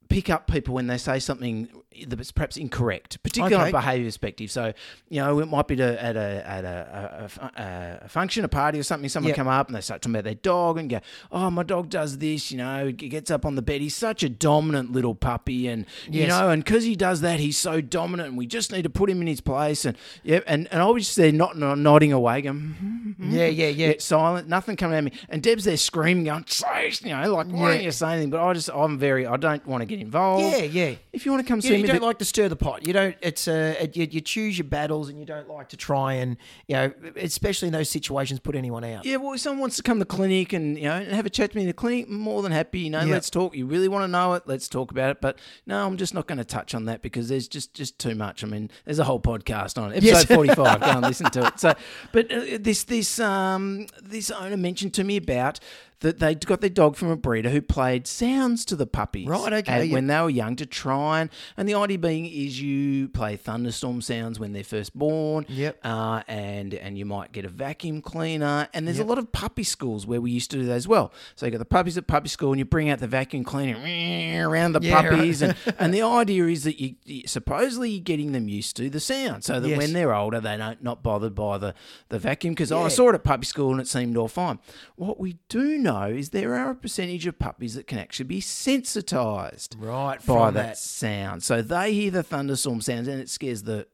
S3: pick up people when they say something that's perhaps incorrect, particularly on
S2: Okay.
S3: a behaviour perspective. So, you know, it might be to, at a at a, a- a fu- a, a function, a party or something, someone
S2: Yep.
S3: come up and they start talking about their dog and go, oh, my dog does this, you know, he gets up on the bed. He's such a dominant little puppy and, you
S2: Yes.
S3: know, and because he does that, he's so dominant and we just need to put him in his place. And, yeah, and, and I was just there not, nodding away going, "Mhm, mhm."
S2: Yeah, yeah, yeah.
S3: It's silent, nothing coming at me. And Deb's there screaming, going, "Say," you know, like, why don't
S2: Yeah.
S3: you say anything? But I just, I'm very, I don't want to get involved.
S2: Yeah, yeah.
S3: If you want to come
S2: You,
S3: see
S2: you
S3: me,
S2: don't
S3: the-
S2: like to stir the pot. You don't. It's a it, you, you choose your battles, and you don't like to try and you know, especially in those situations, put anyone out.
S3: yeah, well, if someone wants to come to the clinic and you know and have a chat to me in the clinic, more than happy. You know,
S2: Yeah.
S3: let's talk. You really want to know it? Let's talk about it. But no, I'm just not going to touch on that because there's just just too much. I mean, there's a whole podcast on it. episode
S2: Yes.
S3: 45. Go and listen to it. So, but uh, this this um this owner mentioned to me about. That they got their dog from a breeder who played sounds to the puppies.
S2: Right, okay,
S3: And
S2: yeah.
S3: when they were young to try and and the idea being is you play thunderstorm sounds when they're first born.
S2: Yep.
S3: Uh, and and you might get a vacuum cleaner. And there's a lot of puppy schools where we used to do that as well. So you got the puppies at puppy school, and you bring out the vacuum cleaner meow, around the
S2: Yeah, right.
S3: puppies, and and the idea is that you, you supposedly you're getting them used to the sound, so that
S2: Yes.
S3: when they're older, they don't not bothered by the the vacuum. Because I
S2: Yeah.
S3: saw it at puppy school, and it seemed all fine. What we do know is there are a percentage of puppies that can actually be sensitized
S2: Right
S3: by
S2: from
S3: that,
S2: that.
S3: sound. So they hear the thunderstorm sounds and it scares the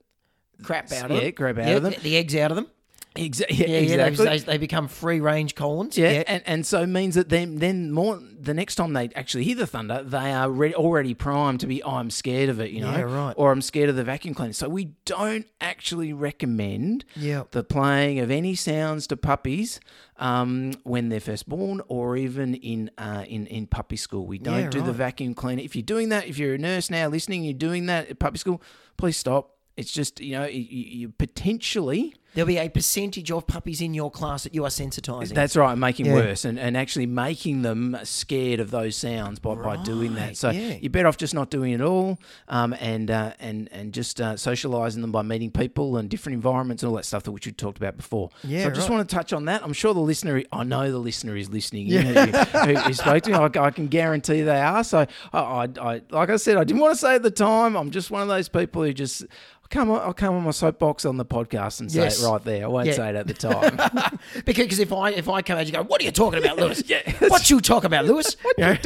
S2: Crap out of
S3: Yeah,
S2: them.
S3: crap out
S2: Yeah,
S3: of them.
S2: The, the eggs out of them.
S3: Exa-
S2: Yeah, exactly. they, they become free range corns.
S3: Yeah, And, and so it means that then then more the next time they actually hear the thunder, they are re- already primed to be "Oh, I'm scared of it, you know,
S2: Yeah, right.
S3: or I'm scared of the vacuum cleaner. So we don't actually recommend
S2: Yeah.
S3: the playing of any sounds to puppies um, when they're first born, or even in uh, in in puppy school. We don't
S2: Yeah,
S3: do the
S2: right.
S3: vacuum cleaner. If you're doing that, if you're a nurse now listening, you're doing that at puppy school, please stop. It's just you know you, you potentially.
S2: There'll be a percentage of puppies in your class that you are sensitizing.
S3: That's right, making
S2: Yeah.
S3: worse and, and actually making them scared of those sounds by, by doing that. So
S2: yeah.
S3: you're better off just not doing it all um, and, uh, and and just uh, socializing them by meeting people and different environments and all that stuff that which we talked about before.
S2: Yeah,
S3: so I just
S2: right.
S3: want to touch on that. I'm sure the listener, I know the listener is listening yeah. who, who, who spoke to me. I, I can guarantee they are. So I, I, I, like I said, I didn't want to say at the time, I'm just one of those people who just. Come on, I'll come on my soapbox on the podcast and say
S2: Yes.
S3: it right there. I won't
S2: Yeah.
S3: say it at the time.
S2: because 'cause if I if I come out, you go, "What are you talking about, Lewis? What you talking about, Lewis?" Yeah.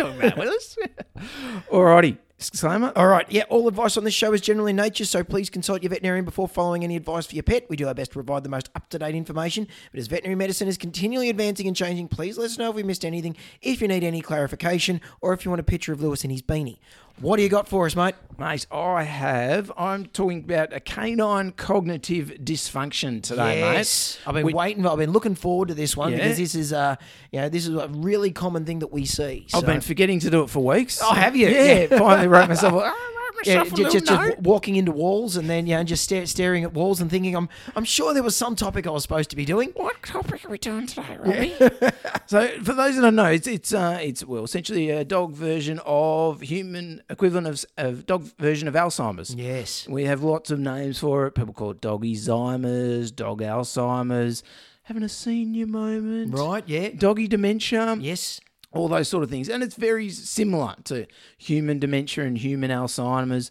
S3: Alrighty, disclaimer.
S2: All right. Yeah. All advice on this show is general in nature, so please consult your veterinarian before following any advice for your pet. We do our best to provide the most up to date information, but as veterinary medicine is continually advancing and changing, please let us know if we missed anything, if you need any clarification, or if you want a picture of Lewis in his beanie. What do you got for us, mate?
S3: Mate, I have. I'm talking about a canine cognitive dysfunction today, mate.
S2: I've been
S3: We-
S2: waiting. I've been looking forward to this one
S3: Yeah.
S2: because this is uh, you know, this is a really common thing that we see. so-
S3: I've been forgetting to do it for weeks.
S2: Oh, have you?
S3: Yeah,
S2: Yeah.
S3: finally wrote myself. "Oh,
S2: Yeah,
S3: myself a
S2: ju- ju-
S3: little
S2: just,
S3: note.
S2: w- walking into walls and then yeah, and just stare, staring at walls and thinking, I'm I'm sure there was some topic I was supposed to be doing.
S3: What topic are we doing today, Robbie? so, for those that don't know, it's it's uh, it's well essentially a dog version of human equivalent of, of dog version of Alzheimer's.
S2: Yes.
S3: We have lots of names for it. People call it dog Alzheimer's, dog Alzheimer's, having a senior moment,
S2: Right. Yeah.
S3: Doggy dementia,
S2: Yes.
S3: all those sort of things. And it's very similar to human dementia and human Alzheimer's.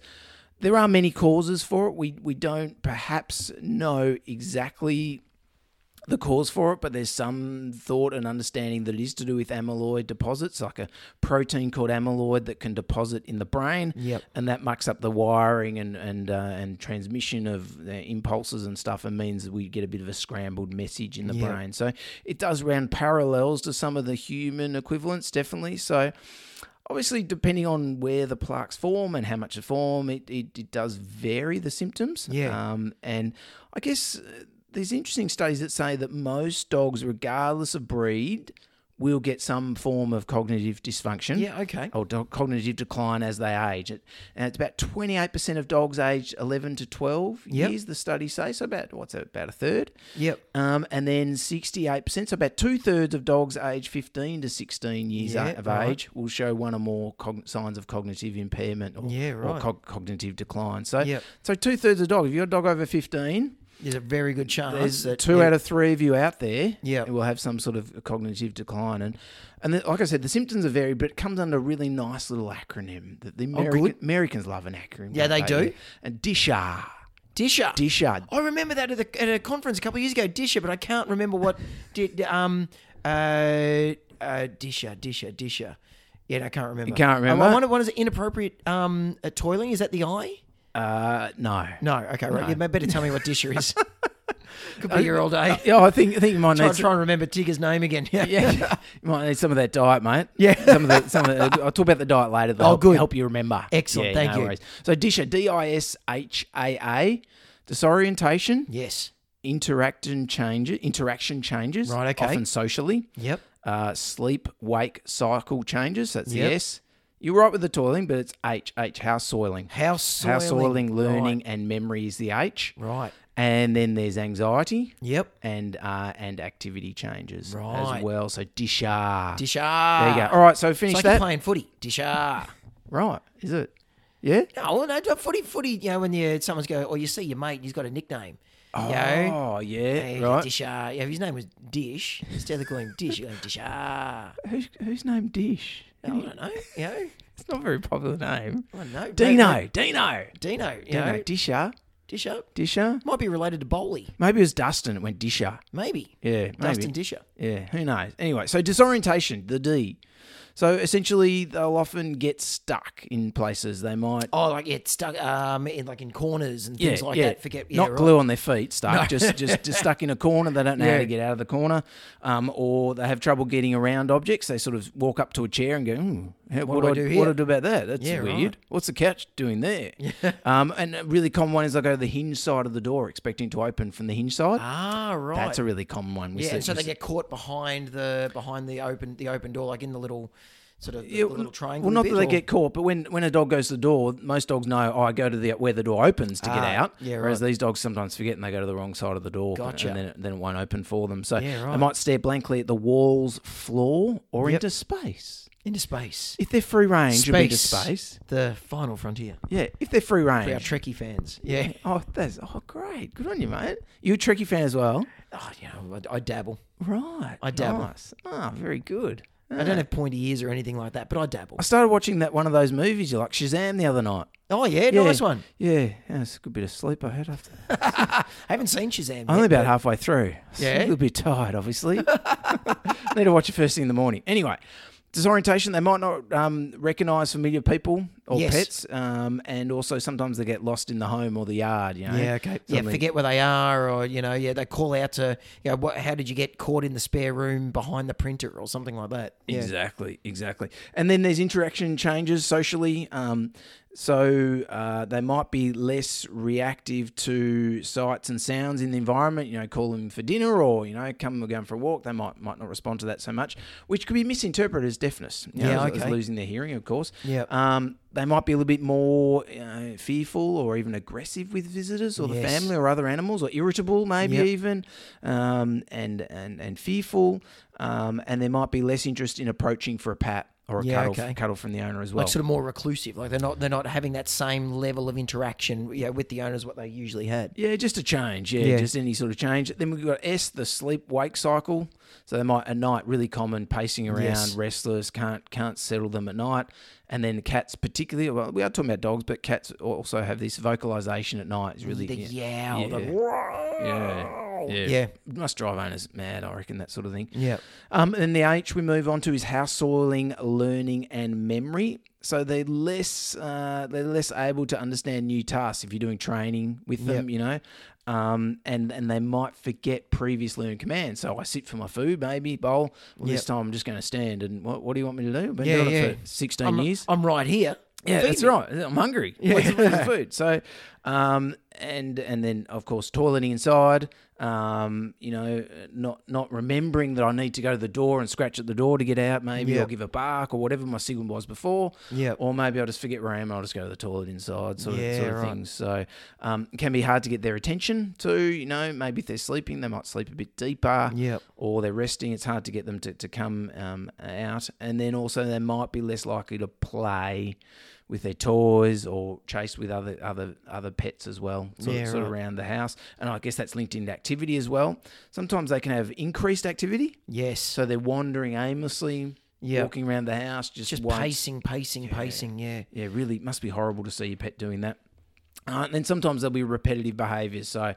S3: There are many causes for it. We we don't perhaps know exactly the cause for it, but there's some thought and understanding that it is to do with amyloid deposits, like a protein called amyloid that can deposit in the brain,
S2: Yep.
S3: and that mucks up the wiring and and uh, and transmission of uh, impulses and stuff, and means that we get a bit of a scrambled message in the
S2: Yep.
S3: brain. So it does run parallels to some of the human equivalents, definitely. So. Obviously, depending on where the plaques form and how much it form, it, it, it does vary the symptoms.
S2: Yeah.
S3: Um, and I guess uh, there's interesting studies that say that most dogs, regardless of breed, will get some form of cognitive dysfunction
S2: Yeah. Okay.
S3: or dog Oh, cognitive decline as they age. It, and it's about 28% of dogs aged 11 to 12
S2: Yep.
S3: years, the studies say. So about, what's that, about a third?
S2: Yep.
S3: Um, and then 68%, so about two thirds of dogs aged 15 to 16 years
S2: Yeah,
S3: of
S2: right.
S3: age will show one or more cog- signs of cognitive impairment or,
S2: Yeah,
S3: or
S2: right.
S3: cog- cognitive decline. So,
S2: Yep.
S3: so two thirds of dogs, if you've got a dog over 15,
S2: There's a very good chance
S3: there's
S2: that
S3: two
S2: yeah,
S3: out of three of you out there
S2: Yeah.
S3: who will have some sort of cognitive decline. And and the, like I said, the symptoms are varied, but it comes under a really nice little acronym that the American,
S2: Oh, good.
S3: Americans love an acronym.
S2: Yeah,
S3: don't
S2: they do.
S3: And DISHAR.
S2: Disher.
S3: DISHAR.
S2: I remember that at, the, at a conference a couple of years ago, Disher, but I can't remember what did um uh, uh Disher, Disher, Disher. Yeah, no, I can't remember. You
S3: can't remember?
S2: I wonder what is it inappropriate um uh, toiling? Is that the eye?
S3: Uh, no.
S2: No, okay, right. You better tell me what Disher is. Could be here all day.
S3: Yeah, I think I think you might
S2: Try,
S3: need
S2: try and remember Tigger's name again. uh, Yeah.
S3: Yeah, you might need some of that diet, mate.
S2: Yeah.
S3: some of the some of the, I'll talk about the diet later. That'll
S2: Oh, good.
S3: Help you remember.
S2: Excellent, thank you.
S3: So DISHA, D I S H A A, disorientation,
S2: Yes.
S3: interaction changes, interaction changes,
S2: Right, okay.
S3: often socially,
S2: Yep.
S3: uh, sleep wake cycle changes. That's the
S2: Yep.
S3: S. You're right with the toiling, but it's H H house soiling.
S2: House soiling.
S3: House soiling, learning, and memory is the H.
S2: Right.
S3: And then there's anxiety
S2: Yep.
S3: and uh, and activity changes
S2: Right.
S3: as well. So disha.
S2: Disher.
S3: There you go. All right, so
S2: It's
S3: finish
S2: like you're
S3: that.
S2: playing footy. Disher.
S3: Right, is it? Yeah.
S2: No, no, no, footy, footy. You know, when you someone's go, or you see your mate, he's got a nickname. Oh, you know,
S3: Oh yeah.
S2: Hey,
S3: Right.
S2: Dish, ah. yeah, if his name was Dish, instead of calling him Dish, you're going Dish. Ah,
S3: Who's who's named Dish?
S2: no, I don't know. You know,
S3: It's not a very popular name.
S2: I don't know. Maybe-
S3: Dino. Dino.
S2: Dino. You
S3: Dino.
S2: know,
S3: Disha.
S2: Dish up.
S3: Disha.
S2: Might be related to Bowley.
S3: Maybe it was Dustin. It went Disha.
S2: Maybe.
S3: Yeah. Maybe.
S2: Dustin Disher.
S3: Yeah, who knows? Anyway, so disorientation, the D. So essentially, they'll often get stuck in places. They might
S2: Oh, like yeah, stuck um in like in corners and things like that. Forget yeah,
S3: not
S2: right.
S3: glue on their feet, stuck just, just just stuck in a corner. They don't know how
S2: Yeah.
S3: to get out of the corner, um, or they have trouble getting around objects. They sort of walk up to a chair and go, "Hmm, how-
S2: What
S3: "What,
S2: do I
S3: do
S2: do
S3: I, What do
S2: here?"
S3: I do about that? That's
S2: Yeah,
S3: weird.
S2: right.
S3: What's the couch doing there?" um, and a really common one is they go to the hinge side of the door, expecting to open from the hinge side.
S2: Ah, right.
S3: That's a really common one. We
S2: yeah,
S3: see-
S2: and so
S3: we
S2: they
S3: see-
S2: get caught behind the behind the open the open door, like in the little sort of the, the little triangle.
S3: Well, not
S2: bit,
S3: that they
S2: or-
S3: get caught, but when, when a dog goes to the door, most dogs know, oh, I go to the where the door opens to get
S2: Ah,
S3: out.
S2: yeah,
S3: whereas
S2: right.
S3: these dogs sometimes forget and they go to the wrong side of the door.
S2: Gotcha.
S3: And then it, then it won't open for them. So
S2: Yeah, right.
S3: they might stare blankly at the walls, floor, or
S2: Yep.
S3: into space.
S2: into space.
S3: If they're free range, you'll be into space.
S2: the final frontier.
S3: Yeah, if they're free
S2: For our
S3: range.
S2: Trekkie fans, yeah.
S3: Oh, that's oh great. Good on you, mate. You're a tricky fan as well.
S2: Oh, you know, I, I dabble.
S3: Right.
S2: I dabble.
S3: Nice. Ah, very good.
S2: I don't have pointy ears or anything like that, but I dabble.
S3: I started watching that one of those movies you like, Shazam, the other night.
S2: Oh yeah,
S3: Yeah.
S2: nice one.
S3: Yeah, yeah, it's a good bit of sleep I had after that.
S2: I haven't seen Shazam.
S3: Only
S2: yet,
S3: about halfway through.
S2: Yeah?
S3: A little bit tired, obviously. Need to watch it first thing in the morning. Anyway, disorientation. They might not um, recognise familiar people or
S2: Yes.
S3: pets, um, and also sometimes they get lost in the home or the yard. You know.
S2: but- Yeah, okay. Yeah,
S3: Suddenly-
S2: forget where they are, or you know, yeah, they call out to, you know, what, how did you get caught in the spare room behind the printer or something like that? Yeah.
S3: Exactly, exactly. And then there's interaction changes socially. Um, So uh, they might be less reactive to sights and sounds in the environment. You know, call them for dinner or you know, come we're going for a walk. They might might not respond to that so much, which could be misinterpreted as deafness. you know,
S2: Yeah,
S3: as- as
S2: okay.
S3: losing their hearing, of course.
S2: Yep.
S3: Um, they might be a little bit more you know, fearful or even aggressive with visitors or the
S2: Yes.
S3: family or other animals or irritable maybe
S2: Yep.
S3: even um, and, and and fearful um, and there might be less interest in approaching for a pat or a
S2: Yeah,
S3: cuddle,
S2: okay.
S3: cuddle from the owner as well.
S2: Like sort of more reclusive. Like they're not they're not having that same level of interaction you know, with the owners what they usually had.
S3: Yeah, just a change. Yeah,
S2: Yeah.
S3: just any sort of change. Then we've got S, the sleep wake cycle. So they might at night really common, pacing around,
S2: Yes.
S3: restless, can't can't settle them at night. And then cats particularly. Well, we are talking about dogs, but cats also have this vocalization at night. It's really
S2: The
S3: yeah,
S2: yowl, the
S3: Yeah. yeah, yeah.
S2: Yeah.
S3: It must drive owners mad. I reckon that sort of thing.
S2: Yeah.
S3: Um, and the H we move on to is house soiling, learning, and memory. So they're less uh, they're less able to understand new tasks if you're doing training with them, you know, um, and and they might forget previous learned commands. So I sit for my food, maybe bowl. Well, this
S2: Yep.
S3: time I'm just going to stand. And what, what do you want me to do? I've been
S2: Yeah,
S3: doing
S2: yeah.
S3: it for 16
S2: I'm,
S3: years.
S2: I'm right here.
S3: Yeah,
S2: Feed
S3: that's
S2: me.
S3: right. I'm hungry. What's, what's the food? So, um, and and then of course toileting inside. Um, you know, not not remembering that I need to go to the door and scratch at the door to get out. Maybe
S2: Yeah.
S3: or give a bark or whatever my signal was before.
S2: Yeah.
S3: Or maybe I'll just forget where I am. and I'll just go to the toilet inside. Sort of
S2: Yeah,
S3: sort of
S2: right.
S3: things. So, um, it can be hard to get their attention too. You know, maybe if they're sleeping, they might sleep a bit deeper
S2: Yep.
S3: or they're resting. It's hard to get them to, to come um, out. And then also they might be less likely to play with their toys or chase with other other other pets as well, sort,
S2: Yeah,
S3: of, sort of
S2: right.
S3: around the house. And I guess that's linked into activity as well. Sometimes they can have increased activity.
S2: Yes.
S3: So they're wandering aimlessly,
S2: Yeah.
S3: walking around the house, just,
S2: just
S3: once.
S2: pacing, pacing, pacing. Yeah.
S3: Yeah, really, it must be horrible to see your pet doing that. Uh, and then sometimes there'll be repetitive behaviours, so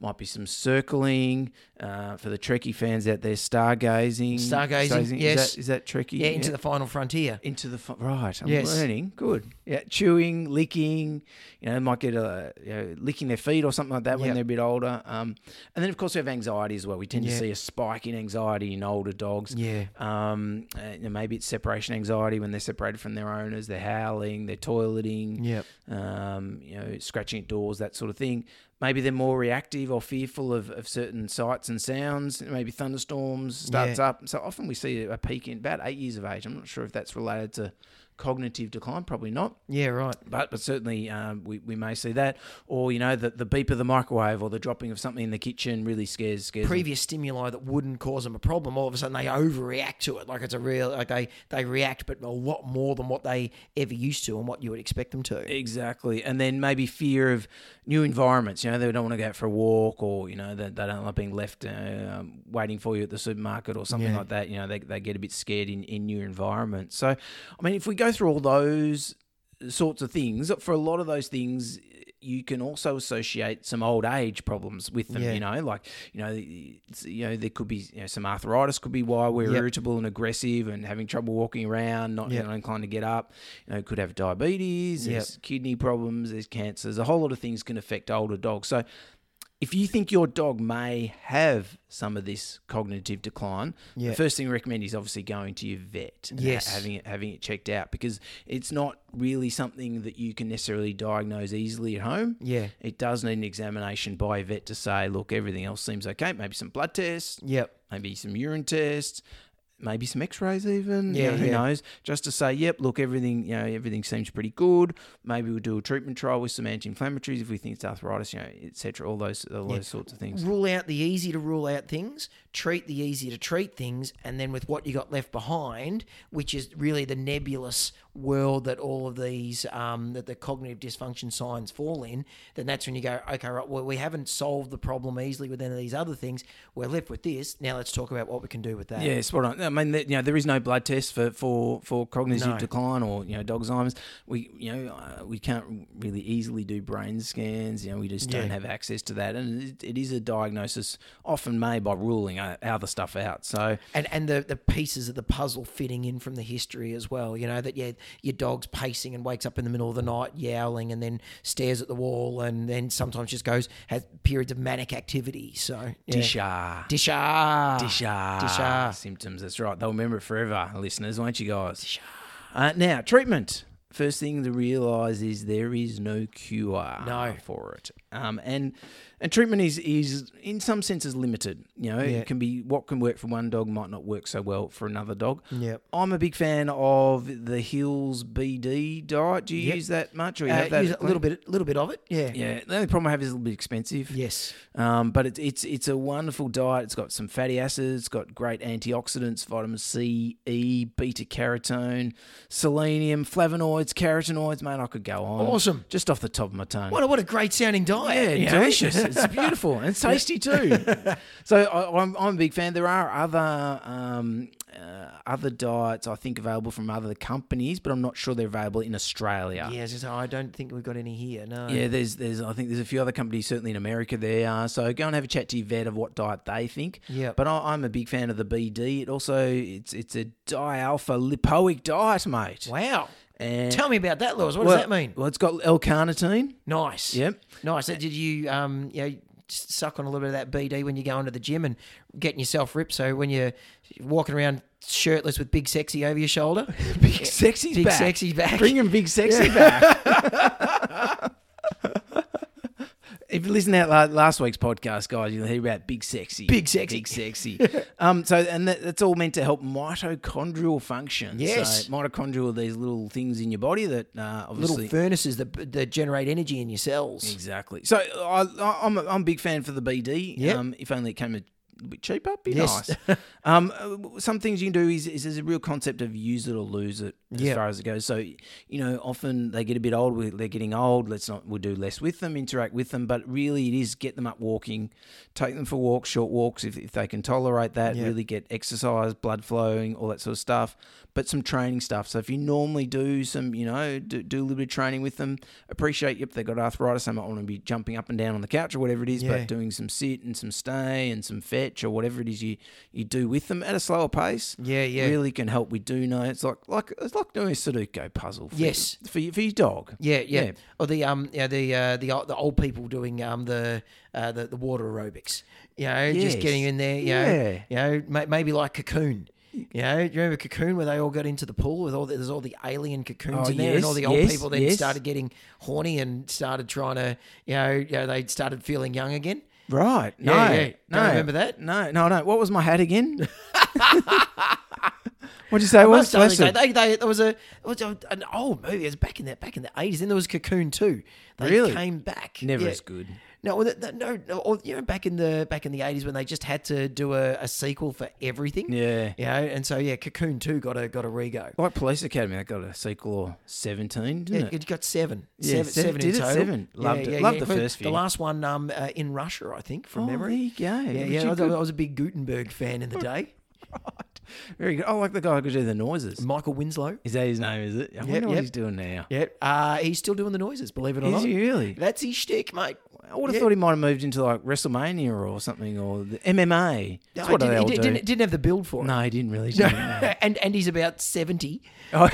S3: might be some circling uh, for the Trekkie fans out there. Stargazing,
S2: Stargazing,
S3: Is
S2: yes.
S3: that, is that Trekkie?
S2: Yeah, into the final frontier.
S3: into the fu- right. I'm
S2: Yes.
S3: learning. Good. Yeah, chewing, licking. You know, might get a you know, licking their feet or something like that when
S2: Yep.
S3: they're a bit older. Um, and then of course we have anxiety as well. We tend to
S2: Yeah.
S3: see a spike in anxiety in older dogs.
S2: Yeah.
S3: Um, uh, you know, maybe it's separation anxiety when they're separated from their owners. They're howling. They're toileting.
S2: Yep.
S3: Um, you know, scratching at doors, that sort of thing. Maybe they're more reactive or fearful of, of certain sights and sounds. Maybe thunderstorms starts
S2: Yeah.
S3: up. So often we see a peak in about eight years of age. I'm not sure if that's related to cognitive decline. Probably not.
S2: Yeah, right.
S3: But, but certainly um, we, we may see that, or you know the, the beep of the microwave or the dropping of something in the kitchen really scares scares. them.
S2: Previous stimuli that wouldn't cause them a problem, all of a sudden they overreact to it. Like it's a real, like they they react, but a lot more than what they ever used to and what you would expect them to.
S3: Exactly. And then maybe fear of new environments. You know, they don't want to go out for a walk or, you know, they, they don't like being left uh, um, waiting for you at the supermarket or something
S2: Yeah.
S3: like that. You know, they, they get a bit scared in, in new environments. So, I mean, if we go through all those sorts of things, for a lot of those things, you can also associate some old age problems with them,
S2: Yeah.
S3: you know, like, you know, it's, you know, there could be you know, some arthritis could be why we're
S2: Yep.
S3: irritable and aggressive and having trouble walking around, not,
S2: Yep.
S3: not inclined to get up, you know, could have diabetes,
S2: Yep.
S3: there's kidney problems, there's cancers, a whole lot of things can affect older dogs. So if you think your dog may have some of this cognitive decline,
S2: Yeah.
S3: the first thing we recommend is obviously going to your vet and ha-
S2: Yes.
S3: having it having it checked out because it's not really something that you can necessarily diagnose easily at home.
S2: Yeah.
S3: It does need an examination by a vet to say, look, everything else seems okay. Maybe some blood tests,
S2: Yep.
S3: maybe some urine tests, maybe some X-rays even. you
S2: Yeah,
S3: know, who
S2: yeah.
S3: knows? Just to say, yep, look, everything you know, everything seems pretty good. Maybe we'll do a treatment trial with some anti-inflammatories if we think it's arthritis, you know, etc. All those all those sorts of things.
S2: Rule out the easy to rule out things, treat the easy to treat things, and then with what you got left behind, which is really the nebulous world that all of these um, that the cognitive dysfunction signs fall in, then that's when you go, okay, right, well, we haven't solved the problem easily with any of these other things. We're left with this. Now let's talk about what we can do with that.
S3: Yeah, spot on. I mean, th- you know, there is no blood test for for for cognitive
S2: No.
S3: decline or you know Alzheimer's. We you know uh, we can't really easily do brain scans. You know, we just don't
S2: Yeah.
S3: have access to that, and it, it is a diagnosis often made by ruling o- other stuff out. So
S2: and and the the pieces of the puzzle fitting in from the history as well. You know that yeah, your dog's pacing and wakes up in the middle of the night yowling, and then stares at the wall, and then sometimes just goes has periods of manic activity. So yeah. Ah. Disha,
S3: Disha. Disha.
S2: Disha.
S3: Symptoms. That's right. They'll remember it forever, listeners, won't you guys? Uh, now, treatment. first thing to realise is there is no cure
S2: No.
S3: for it. Um, and and treatment is, is in some senses limited. You know,
S2: Yeah.
S3: it can be what can work for one dog might not work so well for another dog.
S2: Yep.
S3: I'm a big fan of the Hills BD diet. Do you
S2: Yep.
S3: use that much or you
S2: Uh,
S3: have that
S2: use
S3: at
S2: a little
S3: clinic?
S2: bit, a little bit of it. Yeah.
S3: Yeah, the only problem I have is a little bit expensive.
S2: Yes.
S3: Um, but it's it's it's a wonderful diet. It's got some fatty acids, it's got great antioxidants, vitamin C, E, beta carotene, selenium, flavonoids, carotenoids. Man, I could go on.
S2: Awesome.
S3: Just off the top of my tongue.
S2: What a, what a great sounding diet.
S3: yeah,
S2: you know?
S3: delicious. it's beautiful and it's tasty too. so I, I'm, I'm a big fan. There are other um, uh, other diets I think available from other companies, but I'm not sure they're available in Australia.
S2: Yeah, it's just, "Oh, I don't think we've got any here. No.
S3: Yeah, there's there's I think there's a few other companies certainly in America there. Uh, so go and have a chat to your vet of what diet they think.
S2: Yep.
S3: But I, I'm a big fan of the BD. It also it's it's a dialpha lipoic diet, mate.
S2: Wow.
S3: And
S2: Tell me about that, Laws. What
S3: well,
S2: does that mean?
S3: Well, it's got L-carnitine.
S2: Nice.
S3: Yep.
S2: Nice. So Did you um you know, s- suck on a little bit of that BD when you go into the gym and getting yourself ripped? So when you're walking around shirtless with big sexy over your shoulder,
S3: Big sexy's
S2: Big
S3: back.
S2: Sexy's back.
S3: Bring him big sexy back. If you listen to la- last week's podcast, guys, you'll hear about big sexy,
S2: Big Sexy.
S3: big sexy. um, so and that, that's all meant to help mitochondrial function.
S2: Yes.
S3: so mitochondrial are these little things in your body that uh,
S2: little
S3: obviously
S2: furnaces that that generate energy in your cells.
S3: exactly. So I, I, I'm a, I'm a big fan for the BD.
S2: Yep.
S3: Um, if only it came a little bit cheaper, be
S2: Yes.
S3: nice. um, uh, some things you can do is, is there's a real concept of use it or lose it as
S2: Yep.
S3: far as it goes. So you know, often they get a bit old. we- They're getting old. Let's not we'll do less with them, interact with them. But really, it is get them up walking, take them for walks, short walks if, if they can tolerate that.
S2: Yep.
S3: Really get exercise, blood flowing, all that sort of stuff. But some training stuff. So if you normally do some, you know, do, do a little bit of training with them, appreciate. Yep, they got arthritis. They might want to be jumping up and down on the couch or whatever it is.
S2: Yeah.
S3: But doing some sit and some stay and some fetch or whatever it is you you do with them at a slower pace
S2: Yeah, yeah.
S3: really can help with do know. It's like like it's like doing a Sudoku puzzle. For
S2: Yes.
S3: your, for your, for your dog.
S2: Yeah, yeah,
S3: Yeah.
S2: Or the um, yeah, the uh, the o- the old people doing um the uh, the, the water aerobics. You know, just
S3: Yes.
S2: getting in there. You know, you know, ma- maybe like cocoon. You know, do you remember cocoon where they all got into the pool with all the, there's all the alien cocoons
S3: Oh,
S2: in there, and all
S3: yes,
S2: the old
S3: yes,
S2: people then
S3: yes.
S2: started getting horny and started trying to, you know, you know, they started feeling young again.
S3: Right. No.
S2: Yeah, yeah. Don't
S3: No.
S2: remember that?
S3: No. No. No. What was my hat again? What'd you say? it was
S2: Must only
S3: Bless
S2: say,
S3: it.
S2: they, they, there was a it was a, an old movie. It was back in the back in the eighties, and there was Cocoon too. They
S3: Really?
S2: came back.
S3: Never
S2: Yeah.
S3: as good.
S2: No, well, that, that- no, no. Or, you know, back in the back in the eighties when they just had to do a, a sequel for everything.
S3: Yeah.
S2: You know, and so yeah, Cocoon two got a got a rego.
S3: Like Police Academy, I got a sequel or seventeen,
S2: Yeah,
S3: didn't it?
S2: it got seven.
S3: Yeah,
S2: seven, seven
S3: seven- did
S2: in
S3: it?
S2: total.
S3: Seven. Loved it. Loved the
S2: including
S3: first
S2: The
S3: few.
S2: last one um, uh, in Russia, I think, from
S3: Oh,
S2: memory. Yeah,
S3: there you go. Look
S2: yeah. I
S3: at you,
S2: was,
S3: good-
S2: I was a big Gutenberg fan in the day.
S3: Very good. I like the guy who could do the noises.
S2: Michael Winslow.
S3: Is that his name? Is it? I wonder what
S2: yep.
S3: he's doing now.
S2: Yeah, uh, he's still doing the noises. Believe it or
S3: Is
S2: not,
S3: he really?
S2: That's his shtick, mate.
S3: I would have
S2: Yeah.
S3: thought he might have moved into like WrestleMania or something or the MMA. That's what
S2: I
S3: they all
S2: didn't,
S3: do.
S2: he didn't, didn't have the build for it.
S3: no, he didn't really. Do that.
S2: and and he's about seventy.
S3: Oh.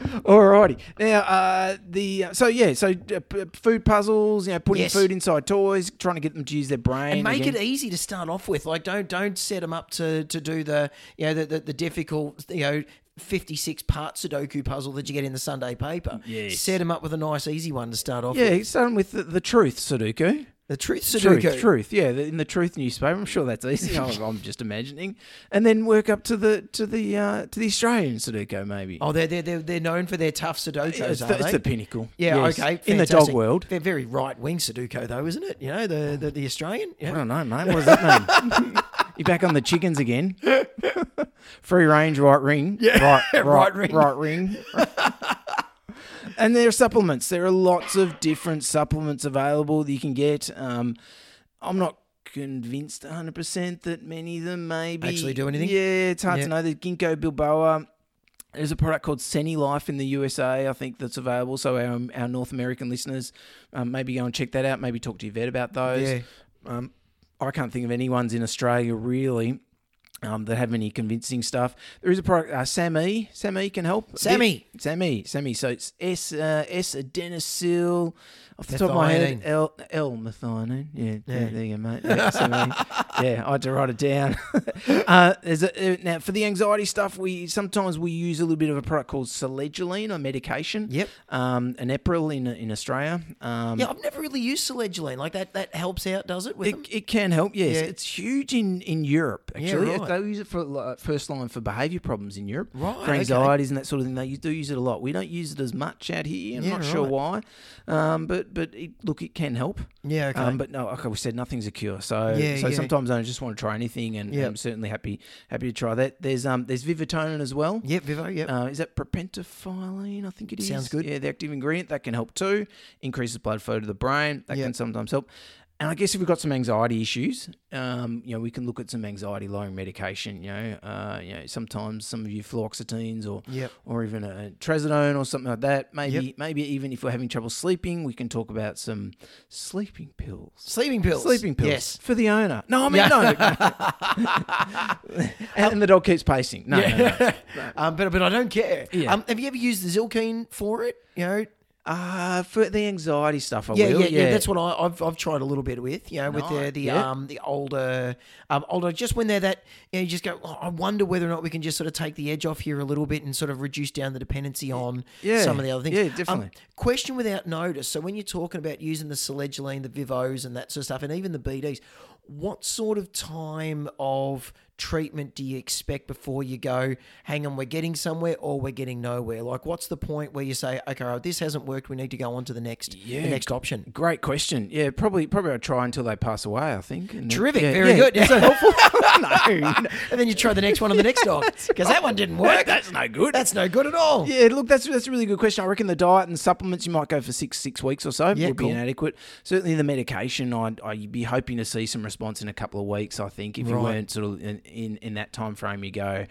S3: Alrighty. Now, uh, the so yeah, so uh, p- food puzzles, you know, putting
S2: Yes.
S3: food inside toys, trying to get them to use their brain,
S2: and make
S3: again.
S2: it easy to start off with. Like don't don't set them up to to do the you know the the, the difficult you know. 56 part Sudoku puzzle that you get in the Sunday paper.
S3: Yes.
S2: Set them up with a nice, easy one to start off with.
S3: Yeah, starting with the, the truth, Sudoku.
S2: The truth Sudoku.
S3: Truth, truth. Yeah, the, in the truth newspaper. I'm sure that's easy. I'm, I'm just imagining, and then work up to the to the uh, to the Australian Sudoku maybe.
S2: Oh, they're, they're, they're, they're known for their tough Sudokus,
S3: it's,
S2: are
S3: the, it's
S2: they?
S3: the pinnacle.
S2: yeah,
S3: Yes.
S2: okay.
S3: In the dog
S2: fantastic.
S3: world,
S2: They're very right wing Sudoku, though, isn't it? You know, the, the, the Australian.
S3: I
S2: Yeah.
S3: don't know, mate. What does that mean? You're back on the chickens again. Free range, right ring. Yeah. Right, right,
S2: Right ring.
S3: Right ring. and there are supplements. There are lots of different supplements available that you can get. Um, I'm not convinced 100% that many of them maybe
S2: Actually do anything?
S3: Yeah, it's hard
S2: Yeah.
S3: to know. The Ginkgo Bilboa. There's a product called Seni Life in the USA, I think, that's available. So our, our North American listeners, um, maybe go and check that out. Maybe talk to your vet about those.
S2: Yeah.
S3: Um, I can't think of any ones in Australia really. um, that have any convincing stuff. There is a product, uh, Sammy. Sammy can help. a bit.
S2: Sammy.
S3: Sammy. Sammy. So it's S uh, S adenosyl. Off the top of my head,
S2: Methionine.
S3: L L methionine. Yeah, yeah. there you go, mate. Yeah, Sammy. yeah, I had to write it down. uh, there's a, uh, now for the anxiety stuff, we sometimes we use a little bit of a product called selegiline, a medication.
S2: Yep.
S3: Um, an Epril in in Australia. Um,
S2: Yeah, I've never really used Selegiline. Like that, that helps out, does it? With them?
S3: It, it can help, yes.
S2: Yeah.
S3: It's huge in, in Europe,
S2: Yeah,
S3: actually.
S2: right.
S3: They use it for like, first line for behaviour problems in Europe,
S2: Right,
S3: for
S2: okay.
S3: anxieties and that sort of thing. They u- do use it a lot. We don't use it as much out here. I'm
S2: Yeah,
S3: not sure
S2: right.
S3: why, um, but but it, look, it can help.
S2: Yeah, okay.
S3: Um, but no, okay, we said nothing's a cure. So
S2: Yeah,
S3: so
S2: yeah.
S3: sometimes I just want to try anything, and
S2: Yep.
S3: I'm certainly happy happy to try that. There's um there's Vivitonin as well.
S2: Yep, Vivo. Yep.
S3: Uh, is that propentaphylline? I think it is.
S2: Sounds good.
S3: Yeah, the active ingredient that can help too. Increases blood flow to the brain. That
S2: Yeah.
S3: can sometimes help. And I guess if we've got some anxiety issues, um, you know, we can look at some anxiety lowering medication. You know, uh, you know, sometimes some of your fluoxetines or
S2: Yep.
S3: or even a trazodone or something like that. Maybe
S2: Yep.
S3: maybe even if we're having trouble sleeping, we can talk about some sleeping pills.
S2: sleeping pills.
S3: Sleeping pills
S2: Yes.
S3: for the owner. No, I mean no. and, and the dog keeps pacing. No, no, no.
S2: um, but but I don't care.
S3: Yeah.
S2: Um, have you ever used the Zilkeen for it? You know.
S3: Uh, for the anxiety stuff, I
S2: Yeah,
S3: will.
S2: yeah, yeah, That's what I, I've I've tried a little bit with. You know, with the
S3: Nice,
S2: the
S3: yeah.
S2: um the older um older. Just when they're that, you, know, you just go. "Oh, I wonder whether or not we can just sort of take the edge off here a little bit and sort of reduce down the dependency on
S3: Yeah,
S2: some of the other things.
S3: yeah,
S2: Um,
S3: definitely.
S2: question without notice. So when you're talking about using the selegiline, the vivos, and that sort of stuff, and even the BDs, what sort of time of treatment do you expect before you go? Hang on, we're getting somewhere, or we're getting nowhere. Like, what's the point where you say, okay, all right, this hasn't worked, we need to go on to the next, the next option?
S3: Great question. Yeah, probably probably I'll try until they pass away, I think. And then-
S2: Terrific,
S3: Yeah,
S2: very
S3: yeah.
S2: good.
S3: Is that helpful? no.
S2: and then you try the next one on the next dog because that one didn't work.
S3: That's no good.
S2: That's no good at all.
S3: Yeah, look, that's that's a really good question. I reckon the diet and supplements you might go for six six weeks or so
S2: Yeah,
S3: would
S2: cool.
S3: be inadequate. Certainly the medication, I'd, I'd be hoping to see some response in a couple of weeks. I think if you
S2: Right.
S3: weren't sort of in, in, in that time frame, you go,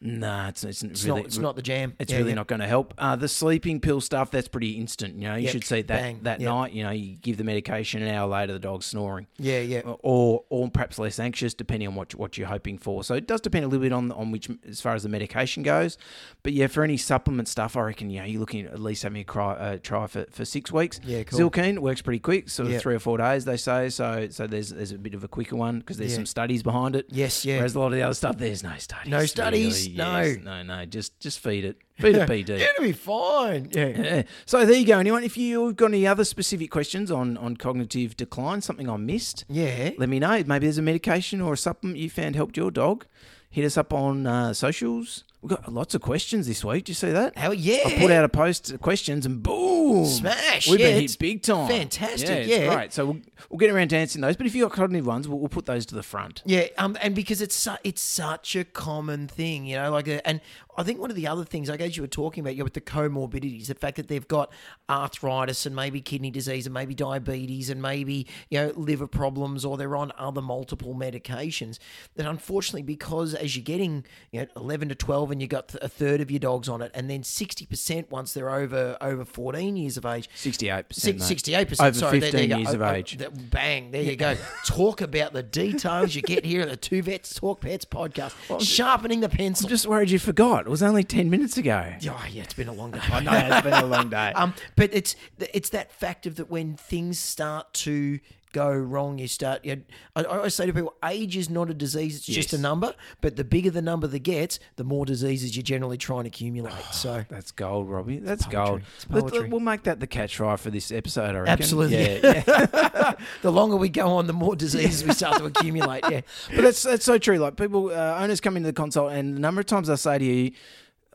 S3: nah, it's it's,
S2: It's
S3: really
S2: not. It's not the jam.
S3: It's
S2: Yeah,
S3: really
S2: yeah.
S3: not going to help. Uh, the sleeping pill stuff, that's pretty instant. You know, you
S2: Yep,
S3: should see that
S2: bang,
S3: that
S2: yep.
S3: night. You know, you give the medication an hour later, the dog's snoring,
S2: Yeah, yeah.
S3: or or perhaps less anxious, depending on what you- what you're hoping for. So it does depend a little bit on on which as far as the medication goes. But yeah, for any supplement stuff, I reckon you know you're looking at at least having a cry, uh, try for, for six weeks.
S2: Yeah, cool.
S3: Zilkeen works pretty quick, sort of
S2: Yep.
S3: three or four days they say. So so there's there's a bit of a quicker one because there's
S2: Yeah.
S3: some studies behind it.
S2: Yes, yeah.
S3: Whereas a lot of the other stuff, there's no studies.
S2: No studies, no.
S3: no, no, no. Just just feed it, feed it PD.
S2: It'll be fine. Yeah.
S3: Yeah. So there you go. Anyone, if you've got any other specific questions on on cognitive decline, something I missed,
S2: Yeah.
S3: let me know. Maybe there's a medication or a supplement you found helped your dog. Hit us up on uh, socials. We've got lots of questions this week. Did you see that?
S2: Hell yeah.
S3: I put out a post of questions and boom.
S2: Smash.
S3: We've
S2: Yeah,
S3: been
S2: it's
S3: hit big time.
S2: fantastic,
S3: it's
S2: yeah.
S3: great. So we'll, we'll get around to answering those. But if you've got cognitive ones, we'll, we'll put those to the front.
S2: Yeah, um, and because it's su- it's such a common thing, you know, like, uh, and I think one of the other things, like as you were talking about, yeah, with the comorbidities, the fact that they've got arthritis and maybe kidney disease and maybe diabetes and maybe you know liver problems or they're on other multiple medications. That unfortunately, because as you're getting you know eleven to twelve and you got th- a third of your dogs on it, and then sixty percent once they're over over fourteen years of age,
S3: 68%. mate.
S2: Sixty-eight percent.
S3: Over
S2: Sorry,
S3: 15
S2: there, there you
S3: years
S2: go.
S3: of
S2: Oh, oh,
S3: age.
S2: that- bang! There you go. Talk about the details you get here at the Two Vets Talk Pets podcast. Sharpening the pencil.
S3: I'm just worried you forgot. It was only 10 minutes ago.
S2: oh, yeah, it's been a long day.
S3: I know it's been a long day.
S2: Um, but it's it's that fact of that when things start to go wrong, you start. You I, I always say to people, age is not a disease; it's just a
S3: Yes.
S2: number. But the bigger the number that gets, the more diseases you generally try and accumulate. so
S3: That's gold, Robbie. That's gold.
S2: It's
S3: Let- let-
S2: poetry.
S3: we'll make that the catchfire for this episode, I reckon.
S2: Absolutely.
S3: Yeah, yeah.
S2: the longer we go on, the more diseases we start to accumulate. Yeah.
S3: but that's that's so true. Like people, uh, owners come into the consult, and the number of times I say to you,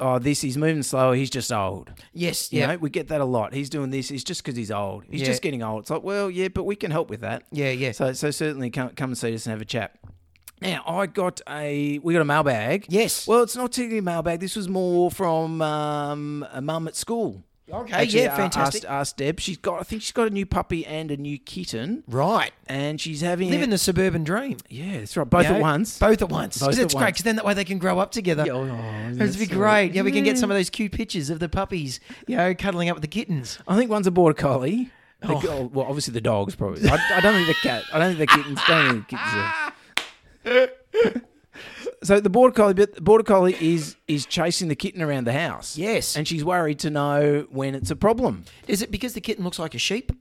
S3: "Oh, this he's moving slower. He's just old."
S2: Yes.
S3: You
S2: Yeah.
S3: know, we get that a lot. He's doing this. It's just because he's old. He's
S2: Yeah.
S3: just getting old. It's like, well, yeah, but we can help with that.
S2: Yeah. Yeah.
S3: So, so certainly come, come and see us and have a chat. Now, I got a we got a mailbag.
S2: Yes.
S3: Well, it's not technically a mailbag. This was more from um, a mum at school.
S2: Okay,
S3: Actually,
S2: yeah,
S3: I
S2: fantastic.
S3: Asked, asked Deb. She's got. I think she's got a new puppy and a new kitten,
S2: Right.
S3: and she's having.
S2: Living the suburban dream.
S3: yeah, that's right. Both
S2: you
S3: at
S2: know?
S3: once.
S2: Both at once. 'Cause
S3: Both at
S2: it's great
S3: once.
S2: because then that way they can grow up together.
S3: Yeah, oh,
S2: It'd be great. Yeah, we can get some of those cute pictures of the puppies, you know, cuddling up with the kittens.
S3: I think one's a border collie. The go-
S2: Oh.
S3: well, obviously the dog's probably. I, I don't think the cat. I don't think the kittens. Don't think the kittens. Are. so the border collie, but the border collie is is chasing the kitten around the house.
S2: Yes.
S3: and she's worried to know when it's a problem.
S2: Is it because the kitten looks like a sheep?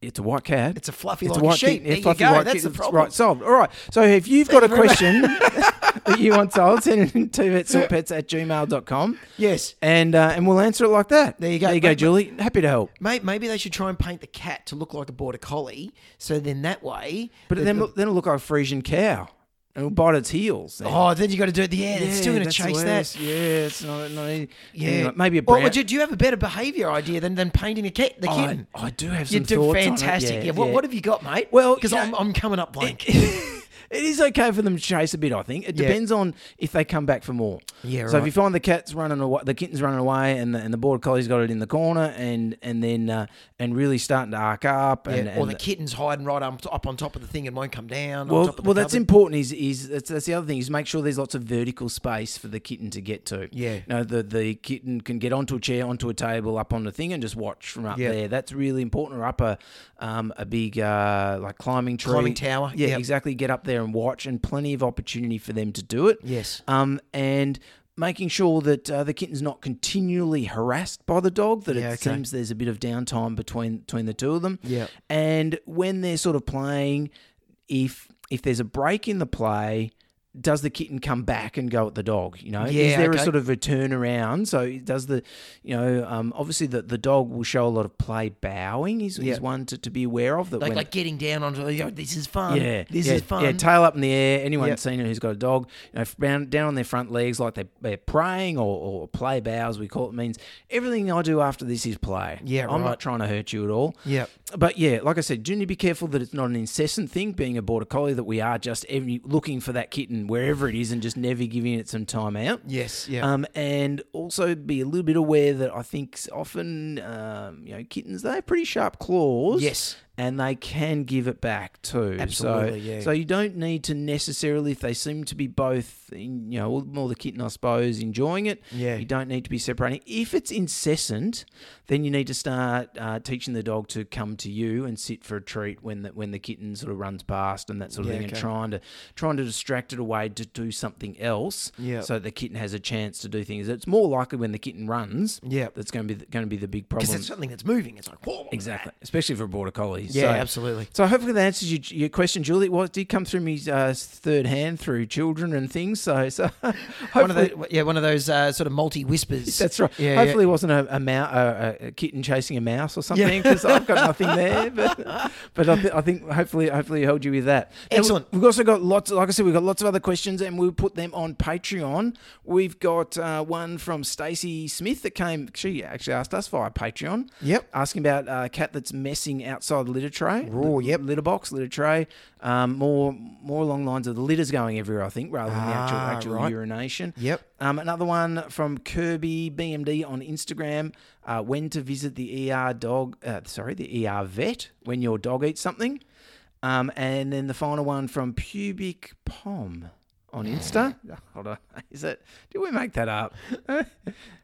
S3: It's a white cat.
S2: It's a fluffy
S3: It's
S2: like
S3: a white
S2: sheep.
S3: kitten.
S2: There
S3: It's
S2: you
S3: fluffy
S2: go.
S3: white
S2: That's the
S3: kitten. It's
S2: problem.
S3: Right, solved. All right. So if you've got a question that you want solved, send it in to vetsaltpets at gmail.com.
S2: Yes.
S3: And, uh, and we'll answer it like that.
S2: There you go.
S3: There you go,
S2: Mate,
S3: Julie. Happy to help.
S2: Mate, maybe they should try and paint the cat to look like a border collie. So then that way,
S3: But
S2: the-
S3: then, then it'll look like a Frisian cow. And it'll bite its heels. then.
S2: oh, then you got to do it. Yeah,
S3: Yeah,
S2: it's still going to
S3: that's the
S2: chase
S3: worst.
S2: that.
S3: Yeah, it's not, not easy.
S2: Yeah,
S3: Anyway, maybe
S2: Or-
S3: a brown.
S2: Or, do, do you have a better behaviour idea than, than painting the cat? The
S3: I,
S2: kitten.
S3: I do have some
S2: you do
S3: thoughts on it.
S2: fantastic.
S3: Yeah,
S2: Yeah, What,
S3: yeah.
S2: what have you got, mate?
S3: Well,
S2: because
S3: you
S2: I'm, I'm coming up blank.
S3: it is okay for them to chase a bit. I think it
S2: Yeah.
S3: depends on if they come back for more.
S2: Yeah,
S3: So
S2: right.
S3: if you find the cat's running away, the kitten's running away, and the, and the border collie's got it in the corner, and and then uh, and really starting to arc up, and,
S2: Yeah, or
S3: and-
S2: the kitten's hiding right up, up on top of the thing and won't come down.
S3: well,
S2: on top of the
S3: well, that's
S2: cupboard.
S3: important. Is is that's, that's the other thing is make sure there's lots of vertical space for the kitten to get to.
S2: Yeah.
S3: you know, the the kitten can get onto a chair, onto a table, up on the thing, and just watch from up
S2: Yeah.
S3: there. That's really important. Or up a um, a big uh, like climbing tree,
S2: Climbing tower,
S3: Yeah,
S2: yep.
S3: exactly. Get up there and watch, and plenty of opportunity for them to do it.
S2: Yes.
S3: Um, and making sure that uh, the kitten's not continually harassed by the dog. That
S2: Yeah,
S3: it
S2: okay.
S3: seems there's a bit of downtime between between the two of them.
S2: Yeah.
S3: And when they're sort of playing, if if there's a break in the play, does the kitten come back and go at the dog? You know, is
S2: Yeah,
S3: there a
S2: okay.
S3: sort of a turnaround? So does the, you know, um, obviously the, the dog will show a lot of play bowing is,
S2: Yeah.
S3: is one to, to be aware of that
S2: Like,
S3: when
S2: like getting down onto you know, this is fun.
S3: yeah,
S2: this
S3: yeah,
S2: is fun.
S3: Yeah, tail up in the air. Anyone
S2: Yep.
S3: seen it who's got a dog, you know, f- down, down on their front legs like they, they're praying or, or play bows, we call it, means everything I do after this is play.
S2: Yeah,
S3: I'm
S2: right.
S3: not trying to hurt you at all.
S2: Yep.
S3: But yeah, like I said, do need to be careful that it's not an incessant thing, being a border collie, that we are just every, looking for that kitten wherever it is and just never giving it some time out.
S2: Yes. Yeah.
S3: Um, and also be a little bit aware that I think s- often, um, you know, kittens, they have pretty sharp claws.
S2: Yes.
S3: And they can give it back too.
S2: Absolutely,
S3: So,
S2: yeah.
S3: so you don't need to necessarily, if they seem to be both, in, you know, all- more the kitten, I suppose, enjoying it.
S2: Yeah.
S3: You don't need to be separating. If it's incessant, then you need to start uh, teaching the dog to come to you and sit for a treat when the, when the kitten sort of runs past and that sort of
S2: Yeah,
S3: thing,
S2: okay.
S3: and trying to trying to distract it away to do something else.
S2: Yeah.
S3: So the kitten has a chance to do things. It's more likely when the kitten runs.
S2: Yeah.
S3: That's going to be the, going to be the big
S2: because
S3: problem.
S2: it's something that's moving. It's like whoa.
S3: Exactly, especially for a border collie.
S2: Yeah,
S3: So-
S2: absolutely.
S3: So hopefully that answers your, your question, Julie. Well, it did come through me uh, third hand through children and things. So, so
S2: One of
S3: hopefully-
S2: the, yeah, one of those uh, sort of multi whispers.
S3: That's right.
S2: Yeah,
S3: Hopefully,
S2: yeah.
S3: it wasn't a, a, mou- a, a- a kitten chasing a mouse or something because I've got nothing there. But, but I, th- I think hopefully, hopefully, you held you with that. Now,
S2: Excellent.
S3: We've also got lots. Like I said, we've got lots of other questions, and we'll put them on Patreon. We've got uh, one from Stacey Smith that came. She actually asked us via Patreon.
S2: Yep.
S3: Asking about a cat that's messing outside the litter tray.
S2: Raw, yep.
S3: Litter box, litter tray. Um, more, more along the lines of the litters going everywhere. I think rather than the actual,
S2: Ah,
S3: actual
S2: right.
S3: urination.
S2: Yep.
S3: Um, another one from Kirby BMD on Instagram. Uh, when to visit the ER dog? Uh, sorry, the ER vet when your dog eats something. Um, and then the final one from Pubic Pom on Insta. Hold on, is it? Did we make that up? oh,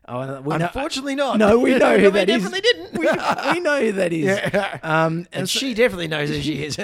S3: we know,
S2: Unfortunately, not.
S3: no, we know who
S2: No,
S3: that
S2: we
S3: is.
S2: definitely didn't.
S3: we, we know who that is.
S2: Yeah.
S3: Um,
S2: and
S3: and so-
S2: she definitely knows who she is.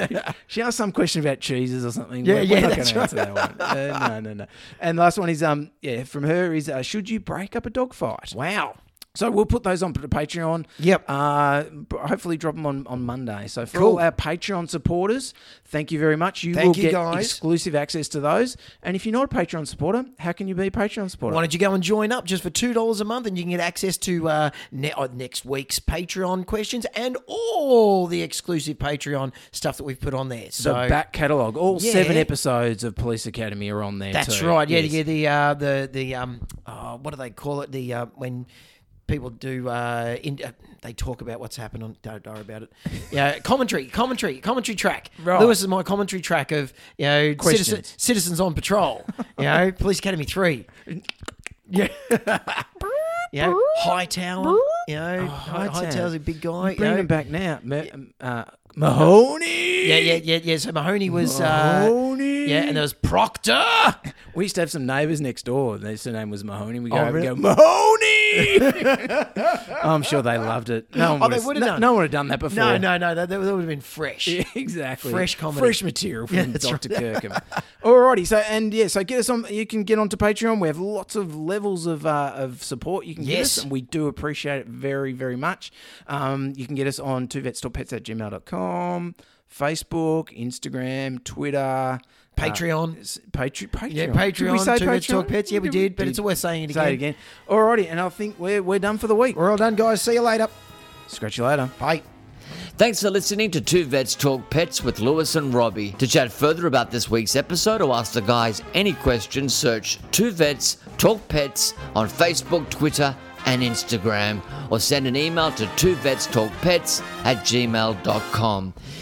S3: she asked some question about cheeses or something.
S2: Yeah,
S3: we're,
S2: yeah,
S3: we're not
S2: that's
S3: going to answer that one. Uh, no, no, no. And last one is um, yeah, from her is uh, should you break up a dog fight?
S2: wow.
S3: So we'll put those on to Patreon.
S2: Yep.
S3: Uh, b- hopefully drop them on, on Monday. So for
S2: Cool.
S3: all our Patreon supporters, thank you very much. You
S2: Thank
S3: will
S2: you,
S3: get
S2: guys.
S3: exclusive access to those. And if you're not a Patreon supporter, how can you be a Patreon supporter?
S2: Why don't you go and join up just for two dollars a month, and you can get access to uh, ne- uh, next week's Patreon questions and all the exclusive Patreon stuff that we've put on there.
S3: the
S2: So
S3: back catalogue. All
S2: Yeah.
S3: seven episodes of Police Academy are on there.
S2: that's
S3: too.
S2: right. Yeah,
S3: Yes.
S2: yeah. The uh, the the um, oh, what do they call it? The uh, when people do uh, in, uh, they talk about what's happened on. Don't worry about it. Yeah, commentary, commentary, commentary track.
S3: Right.
S2: Lewis is my commentary track of you know citizen,
S3: Questions.
S2: citizens on patrol. You know, Police Academy three. Yeah. you know, Hightower. You
S3: Oh,
S2: know, High
S3: Hightower.
S2: Hightower's a big guy. you
S3: Bring
S2: know.
S3: them back now. Ma- um, uh, Mahoney.
S2: Yeah, yeah, yeah, yeah. So Mahoney was. Uh,
S3: Mahoney.
S2: yeah, and there was Proctor.
S3: We used to have some neighbours next door. Their surname was Mahoney. We go,
S2: Oh,
S3: over and
S2: really?
S3: go Mahoney. I'm sure they loved it. No one
S2: Oh,
S3: would
S2: they
S3: have,
S2: would've
S3: no,
S2: done.
S3: no one would have done that before.
S2: No, no, no. That, that would have been fresh.
S3: Yeah, exactly.
S2: Fresh comedy.
S3: Fresh material from
S2: Yeah, that's
S3: Dr. Kirkham. Alrighty, so and yeah, so get us on you can get onto Patreon. We have lots of levels of uh, of support you can get us,
S2: Yes.
S3: and we do appreciate it very, very much. Um, you can get us on two vetstopets at gmail.com, Facebook, Instagram, Twitter.
S2: Patreon.
S3: Patreon, Patreon.
S2: yeah,
S3: Did
S2: Patreon.
S3: we say
S2: Two Vets
S3: Patreon?
S2: Talk Pets. Yeah, we did, but it's always saying it
S3: Say it
S2: again.
S3: again. Alrighty, and I think we're we're done for the week.
S2: We're all done, guys. See you later.
S3: Scratch you later.
S2: Bye.
S1: Thanks for listening to Two Vets Talk Pets with Lewis and Robbie. To chat further about this week's episode or ask the guys any questions, search Two Vets Talk Pets on Facebook, Twitter, and Instagram, or send an email to two vets talk pets at gmail.com.